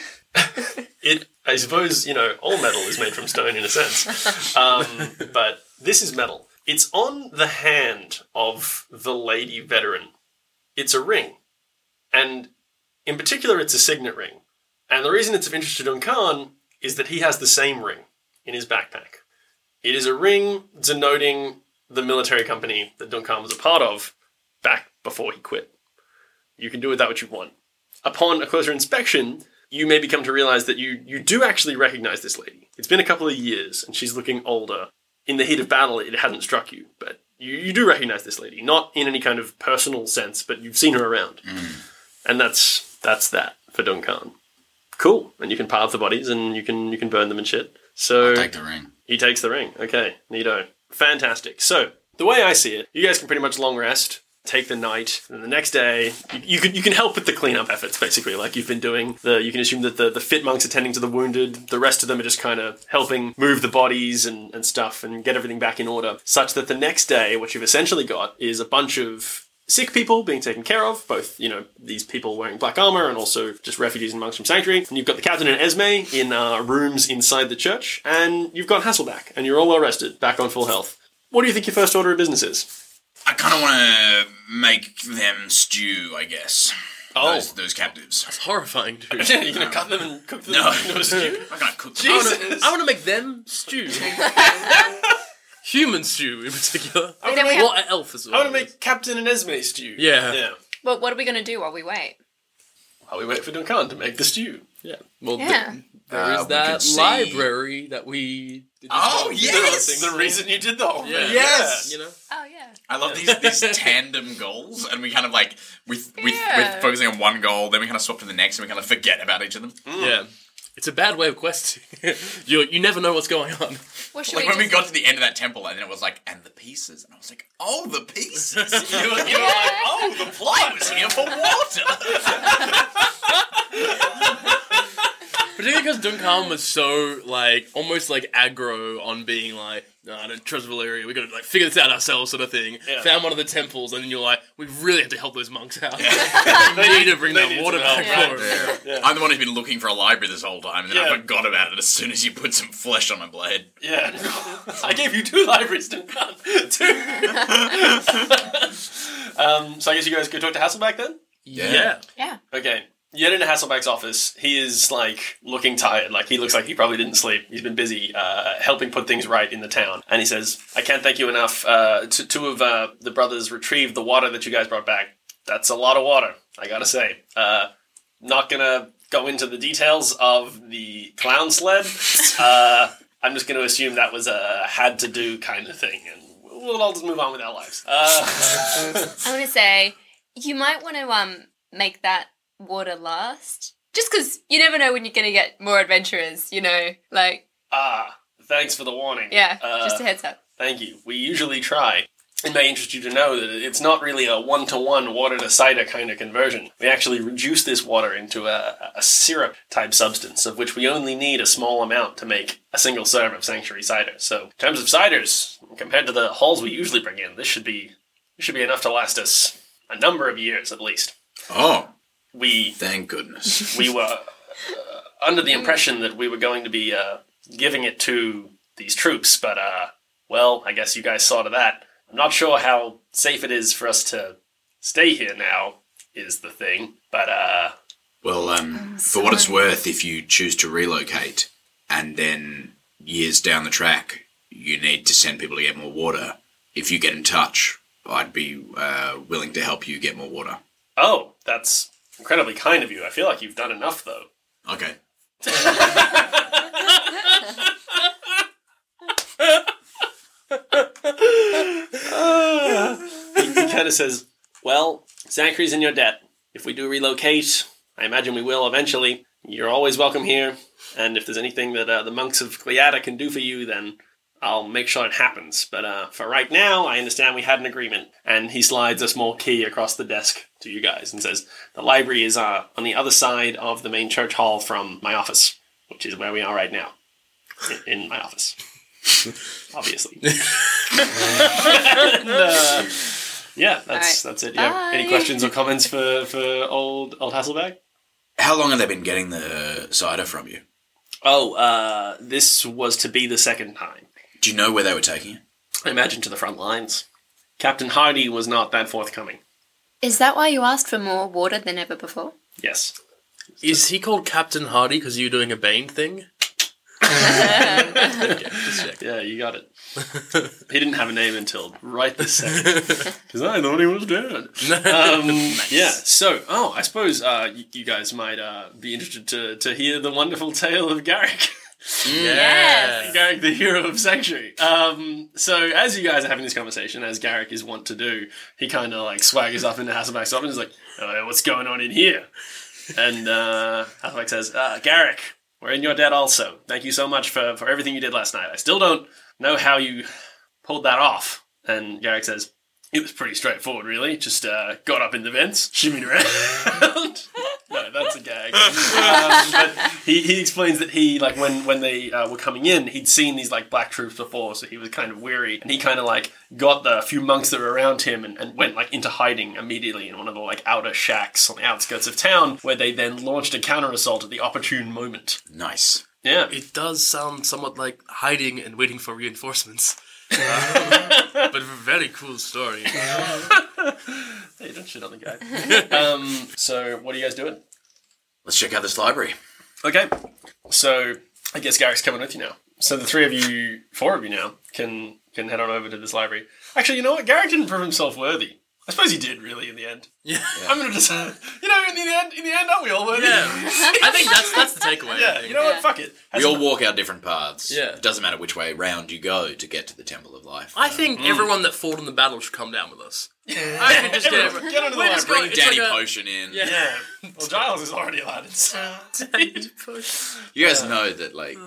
S5: it, I suppose, you know, all metal is made from stone in a sense. Um, but this is metal. It's on the hand of the lady veteran. It's a ring. And in particular, it's a signet ring. And the reason it's of interest to Duncan is that he has the same ring in his backpack. It is a ring denoting the military company that Duncan was a part of back before he quit. You can do with that what you want. Upon a closer inspection, you maybe come to realize that you, you do actually recognize this lady. It's been a couple of years and she's looking older. In the heat of battle, it hadn't struck you, but you, you do recognize this lady. Not in any kind of personal sense, but you've seen her around. And that's that's that for Duncan. Cool. And you can path the bodies and you can you can burn them and shit. So
S6: Take the ring.
S5: he takes the ring. Okay, neato. Fantastic. So, the way I see it, you guys can pretty much long rest, take the night, and the next day, you, you, can, you can help with the cleanup efforts, basically, like you've been doing. The, you can assume that the, the fit monks are tending to the wounded, the rest of them are just kind of helping move the bodies and, and stuff and get everything back in order, such that the next day, what you've essentially got is a bunch of sick people being taken care of, both, you know, these people wearing black armor and also just refugees and monks from Sanctuary. And you've got the Captain and Esme in uh, rooms inside the church, and you've got Hasselback, and you're all well rested, back on full health. What do you think your first order of business is?
S6: I kind of want to make them stew, I guess.
S5: Oh.
S4: Oh.
S6: Those, those captives.
S4: Horrifying, dude.
S5: Yeah, you're gonna cut them and cook them
S6: No.
S5: into a stew?
S6: I'm going to cook
S4: I
S6: them.
S4: wanna-
S5: Jesus.
S4: I want to make them stew. Human stew in particular.
S5: I
S3: then
S5: wanna
S3: we
S5: make-
S3: have-
S4: Or an elf as well.
S5: I want to make Captain and Esme stew.
S4: Yeah.
S5: Yeah.
S3: Well, what are we going to do while we wait?
S5: While we wait for Duncan to make the stew.
S4: Yeah. Well, th-
S3: Yeah.
S4: there is
S6: Uh, we can
S4: that
S6: see-
S4: library that we. Did this
S6: Oh,
S4: whole-
S6: yes!
S4: thing.
S5: The reason you did the whole
S4: Yeah.
S5: thing.
S6: Yes!
S4: You know.
S3: Oh yeah.
S6: I love these these tandem goals, and we kind of like with with
S3: Yeah.
S6: with focusing on one goal, then we kind of swap to the next, and we kind of forget about each of them.
S4: Yeah. It's a bad way of questing. you you never know what's going on.
S3: What should
S6: Like
S3: we?
S6: when we got to the end of that temple, and then it was like, and the pieces, and I was like, oh, the pieces. you were, you were like, oh, the plot was here for water.
S4: Particularly because Duncan was so like almost like aggro on being like, no, I don't trust Valeria. We gotta like figure this out ourselves, sort of thing.
S5: Yeah.
S4: Found one of the temples, and then you're like, we really have to help those monks out. they need to bring
S5: they
S4: that
S5: need
S4: water
S5: some
S4: back
S5: help,
S4: for
S5: right?
S4: us.
S6: I'm the one who's been looking for a library this whole time, and then
S5: Yeah.
S6: I forgot about it as soon as you put some flesh on my blade.
S5: Yeah. I gave you two libraries, Duncan. two. um, so I guess you guys go talk to Hasselback then?
S4: Yeah.
S3: Yeah.
S5: Okay. You're in Hasselback's office. He is like looking tired. Like he looks like he probably didn't sleep. He's been busy uh, helping put things right in the town. And he says, "I can't thank you enough. Uh, t- two of uh, the brothers retrieved the water that you guys brought back. That's a lot of water. I gotta say. Uh, not gonna go into the details of the clown sled. uh, I'm just gonna assume that was a had to do kind of thing, and we'll all just move on with our lives." Uh,
S3: I'm going to say you might want to um make that water last, just because you never know when you're going to get more adventurers. You know, like
S5: ah, thanks for the warning.
S3: yeah.
S5: Uh,
S3: just a heads up.
S5: Thank you. We usually try. It may interest you to know that it's not really a one to one water to cider kind of conversion. We actually reduce this water into a, a syrup type substance, of which we only need a small amount to make a single serve of sanctuary cider. So, in terms of ciders, compared to the hulls we usually bring in, this should be this should be enough to last us a number of years at least.
S6: Oh,
S5: We
S6: thank goodness.
S5: we were uh, under the impression that we were going to be uh, giving it to these troops, but uh, well, I guess you guys saw to that. I'm not sure how safe it is for us to stay here now is the thing. But uh,
S6: Well, um, for what it's worth, if you choose to relocate and then years down the track you need to send people to get more water, if you get in touch, I'd be uh, willing to help you get more water.
S5: oh, that's incredibly kind of you. I feel like you've done enough though.
S6: Okay.
S5: he kind of says, "Well, Zachary's in your debt. If we do relocate, I imagine we will eventually. You're always welcome here, and if there's anything that uh, the monks of Cleata can do for you, then I'll make sure it happens. But uh, for right now, I understand we had an agreement." And he slides a small key across the desk to you guys and says, "The library is uh, on the other side of the main church hall from my office, which is where we are right now, in, in my office." Obviously. And, uh, yeah, that's that's it. Yeah. Any
S3: Bye.
S5: questions or comments for for old old Hasselbag?
S6: How long have they been getting the cider from you?
S5: Oh, uh, this was to be the second time.
S6: Do you know where they were taking it?
S5: I imagine to the front lines. Captain Hardy was not that forthcoming.
S3: Is that why you asked for more water than ever before?
S5: Yes.
S4: Is he called Captain Hardy because you're doing a Bane thing? Okay, just check.
S5: Yeah, you got it. he didn't have a name until right this second. Because I thought he was dead. Um, Yeah, so, oh, I suppose uh, you, you guys might uh, be interested to, to hear the wonderful tale of Garrick.
S6: Mm.
S3: Yes.
S5: Garrick, the hero of Sanctuary. Um, so as you guys are having this conversation, as Garrick is wont to do, he kind of like swaggers up into Hasselback's office and is like, uh, "What's going on in here?" And uh, Hasselback says, uh, "Garrick, we're in your debt also. Thank you so much for for everything you did last night. I still don't know how you pulled that off." And Garrick says, "It was pretty straightforward, really. Just uh, got up in the vents, shimmied around." no, that's a gag. um, but he, he explains that he like when when they uh, were coming in, he'd seen these like black troops before, so he was kind of weary, and he kind of like got the few monks that were around him and, and went like into hiding immediately in one of the like outer shacks on the outskirts of town, where they then launched a counter assault at the opportune moment.
S6: Nice.
S5: Yeah,
S4: It does sound somewhat like hiding and waiting for reinforcements. Uh, but a very cool story.
S5: hey, don't shit on the guy. um, so what are you guys doing?
S6: Let's check out this library.
S5: Okay. So I guess Garrick's coming with you now. So the three of you, four of you now, can can head on over to this library. Actually, you know what? Garrick didn't prove himself worthy. I suppose he did, really, in the end.
S4: Yeah.
S5: I'm gonna just, you know, in the end, in the end, aren't we all worthy?
S4: Yeah. I think that's that's the takeaway. I
S5: Yeah,
S4: think.
S5: you know what?
S3: Yeah.
S5: Fuck it.
S6: We all walk our different paths.
S4: Yeah.
S6: It doesn't matter which way round you go to get to the Temple of Life. Um,
S4: I think everyone that fought in the battle should come down with us. I think just get
S5: Everyone,
S4: everyone.
S5: get onto the
S4: We're just
S5: library.
S4: going- it's
S6: Danny
S4: like a-
S6: Potion in.
S4: Yeah.
S5: Yeah. Well, Giles is already allowed. it.
S6: You guys know that, like,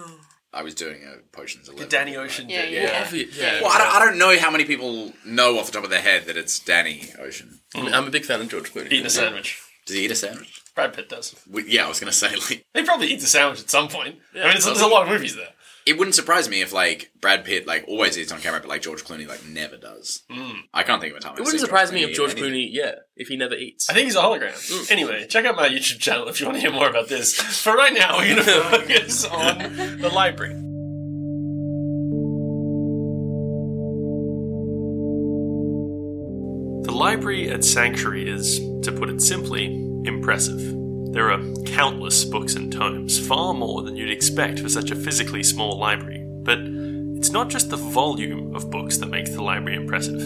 S6: I was doing a potions 11.
S5: Uh, hmm. Danny Ocean.
S3: Yeah,
S5: did.
S3: yeah.
S6: Yeah.
S4: Obvi- yeah.
S6: Well, I don't, I don't know how many people know off the top of their head that it's Danny Ocean.
S4: I'm a big fan of George Clooney.
S5: Eating a sandwich.
S6: Does he eat a sandwich?
S5: Brad Pitt does.
S6: We, yeah, I was going to say, like,
S5: He probably eats a sandwich at some point. I mean, it's, there's a lot of movies there.
S6: it wouldn't surprise me if, like, Brad Pitt, like, always eats on camera, but, like, George Clooney, like, never does. I can't think of a time
S4: Hmm. It wouldn't surprise me if George Clooney, yeah, if he never eats.
S5: I think he's a hologram. Anyway, check out my YouTube channel if you want to hear more about this. For right now, we're going to focus on the library.
S2: The library at Sanctuary is, to put it simply, impressive. There are countless books and tomes, far more than you'd expect for such a physically small library. But it's not just the volume of books that makes the library impressive,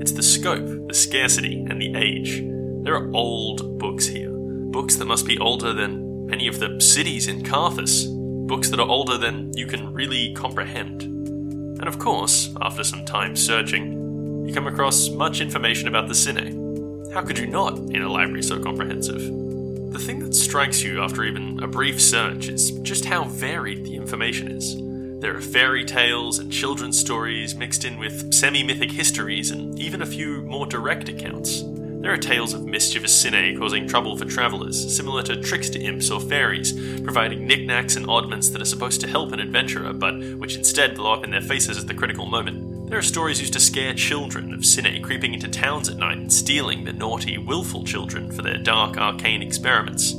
S2: it's the scope, the scarcity, and the age. There are old books here, books that must be older than many of the cities in Carthus, books that are older than you can really comprehend. And of course, after some time searching, you come across much information about the Cine. How could you not in a library so comprehensive? The thing that strikes you after even a brief search is just how varied the information is. There are fairy tales and children's stories mixed in with semi mythic histories and even a few more direct accounts. There are tales of mischievous Cine causing trouble for travellers, similar to trickster imps or fairies, providing knickknacks and oddments that are supposed to help an adventurer, but which instead blow up in their faces at the critical moment. There are stories used to scare children of Cine creeping into towns at night and stealing the naughty, willful children for their dark, arcane experiments.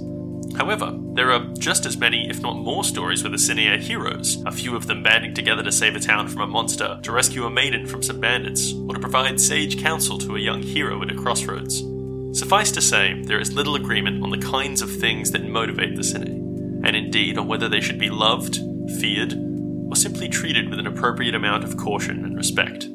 S2: However, there are just as many, if not more, stories with Asinia heroes, a few of them banding together to save a town from a monster, to rescue a maiden from some bandits, or to provide sage counsel to a young hero at a crossroads. Suffice to say, there is little agreement on the kinds of things that motivate the Cine, and indeed on whether they should be loved, feared, or simply treated with an appropriate amount of caution and respect.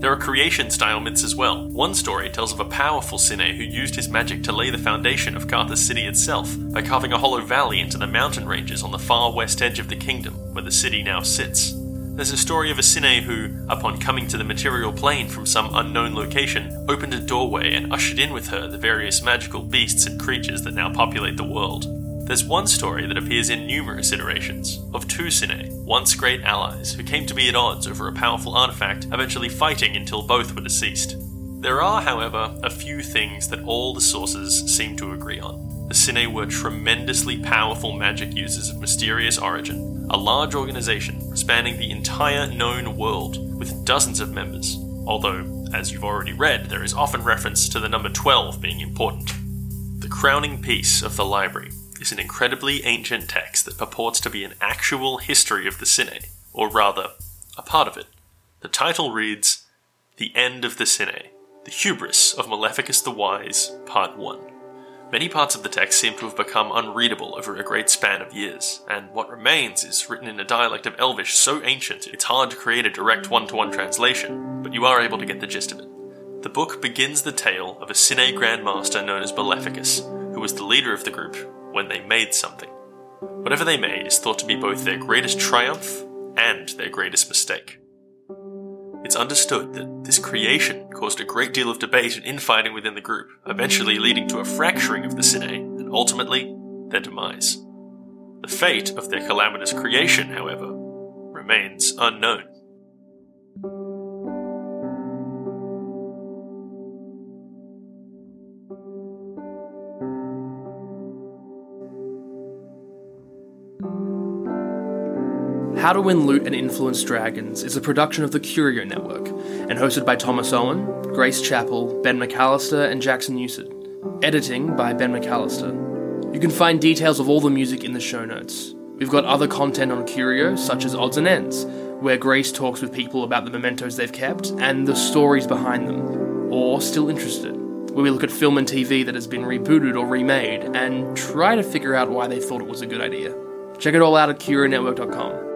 S2: There are creation style myths as well. One story tells of a powerful Sine who used his magic to lay the foundation of Carthus City itself by carving a hollow valley into the mountain ranges on the far west edge of the kingdom, where the city now sits. There's a story of a Sine who, upon coming to the material plane from some unknown location, opened a doorway and ushered in with her the various magical beasts and creatures that now populate the world. There's one story that appears in numerous iterations of two Sine, once great allies, who came to be at odds over a powerful artifact, eventually fighting until both were deceased. There are, however, a few things that all the sources seem to agree on. The Sine were tremendously powerful magic users of mysterious origin, a large organization spanning the entire known world with dozens of members, although, as you've already read, there is often reference to the number 12 being important. The crowning piece of the library is an incredibly ancient text that purports to be an actual history of the Sine, or rather, a part of it. The title reads The End of the Sine, The Hubris of Maleficus the Wise, Part 1. Many parts of the text seem to have become unreadable over a great span of years, and what remains is written in a dialect of Elvish so ancient it's hard to create a direct one to one translation, but you are able to get the gist of it. The book begins the tale of a Sine Grandmaster known as Maleficus, who was the leader of the group when they made something. Whatever they made is thought to be both their greatest triumph and their greatest mistake. It's understood that this creation caused a great deal of debate and infighting within the group, eventually leading to a fracturing of the Sine and ultimately their demise. The fate of their calamitous creation, however, remains unknown.
S4: How to Win Loot and Influence Dragons is a production of the Curio Network and hosted by Thomas Owen, Grace Chappell, Ben McAllister, and Jackson Newsett. Editing by Ben McAllister. You can find details of all the music in the show notes. We've got other content on Curio, such as Odds and Ends, where Grace talks with people about the mementos they've kept and the stories behind them, or still interested, where we look at film and TV that has been rebooted or remade and try to figure out why they thought it was a good idea. Check it all out at CurioNetwork.com.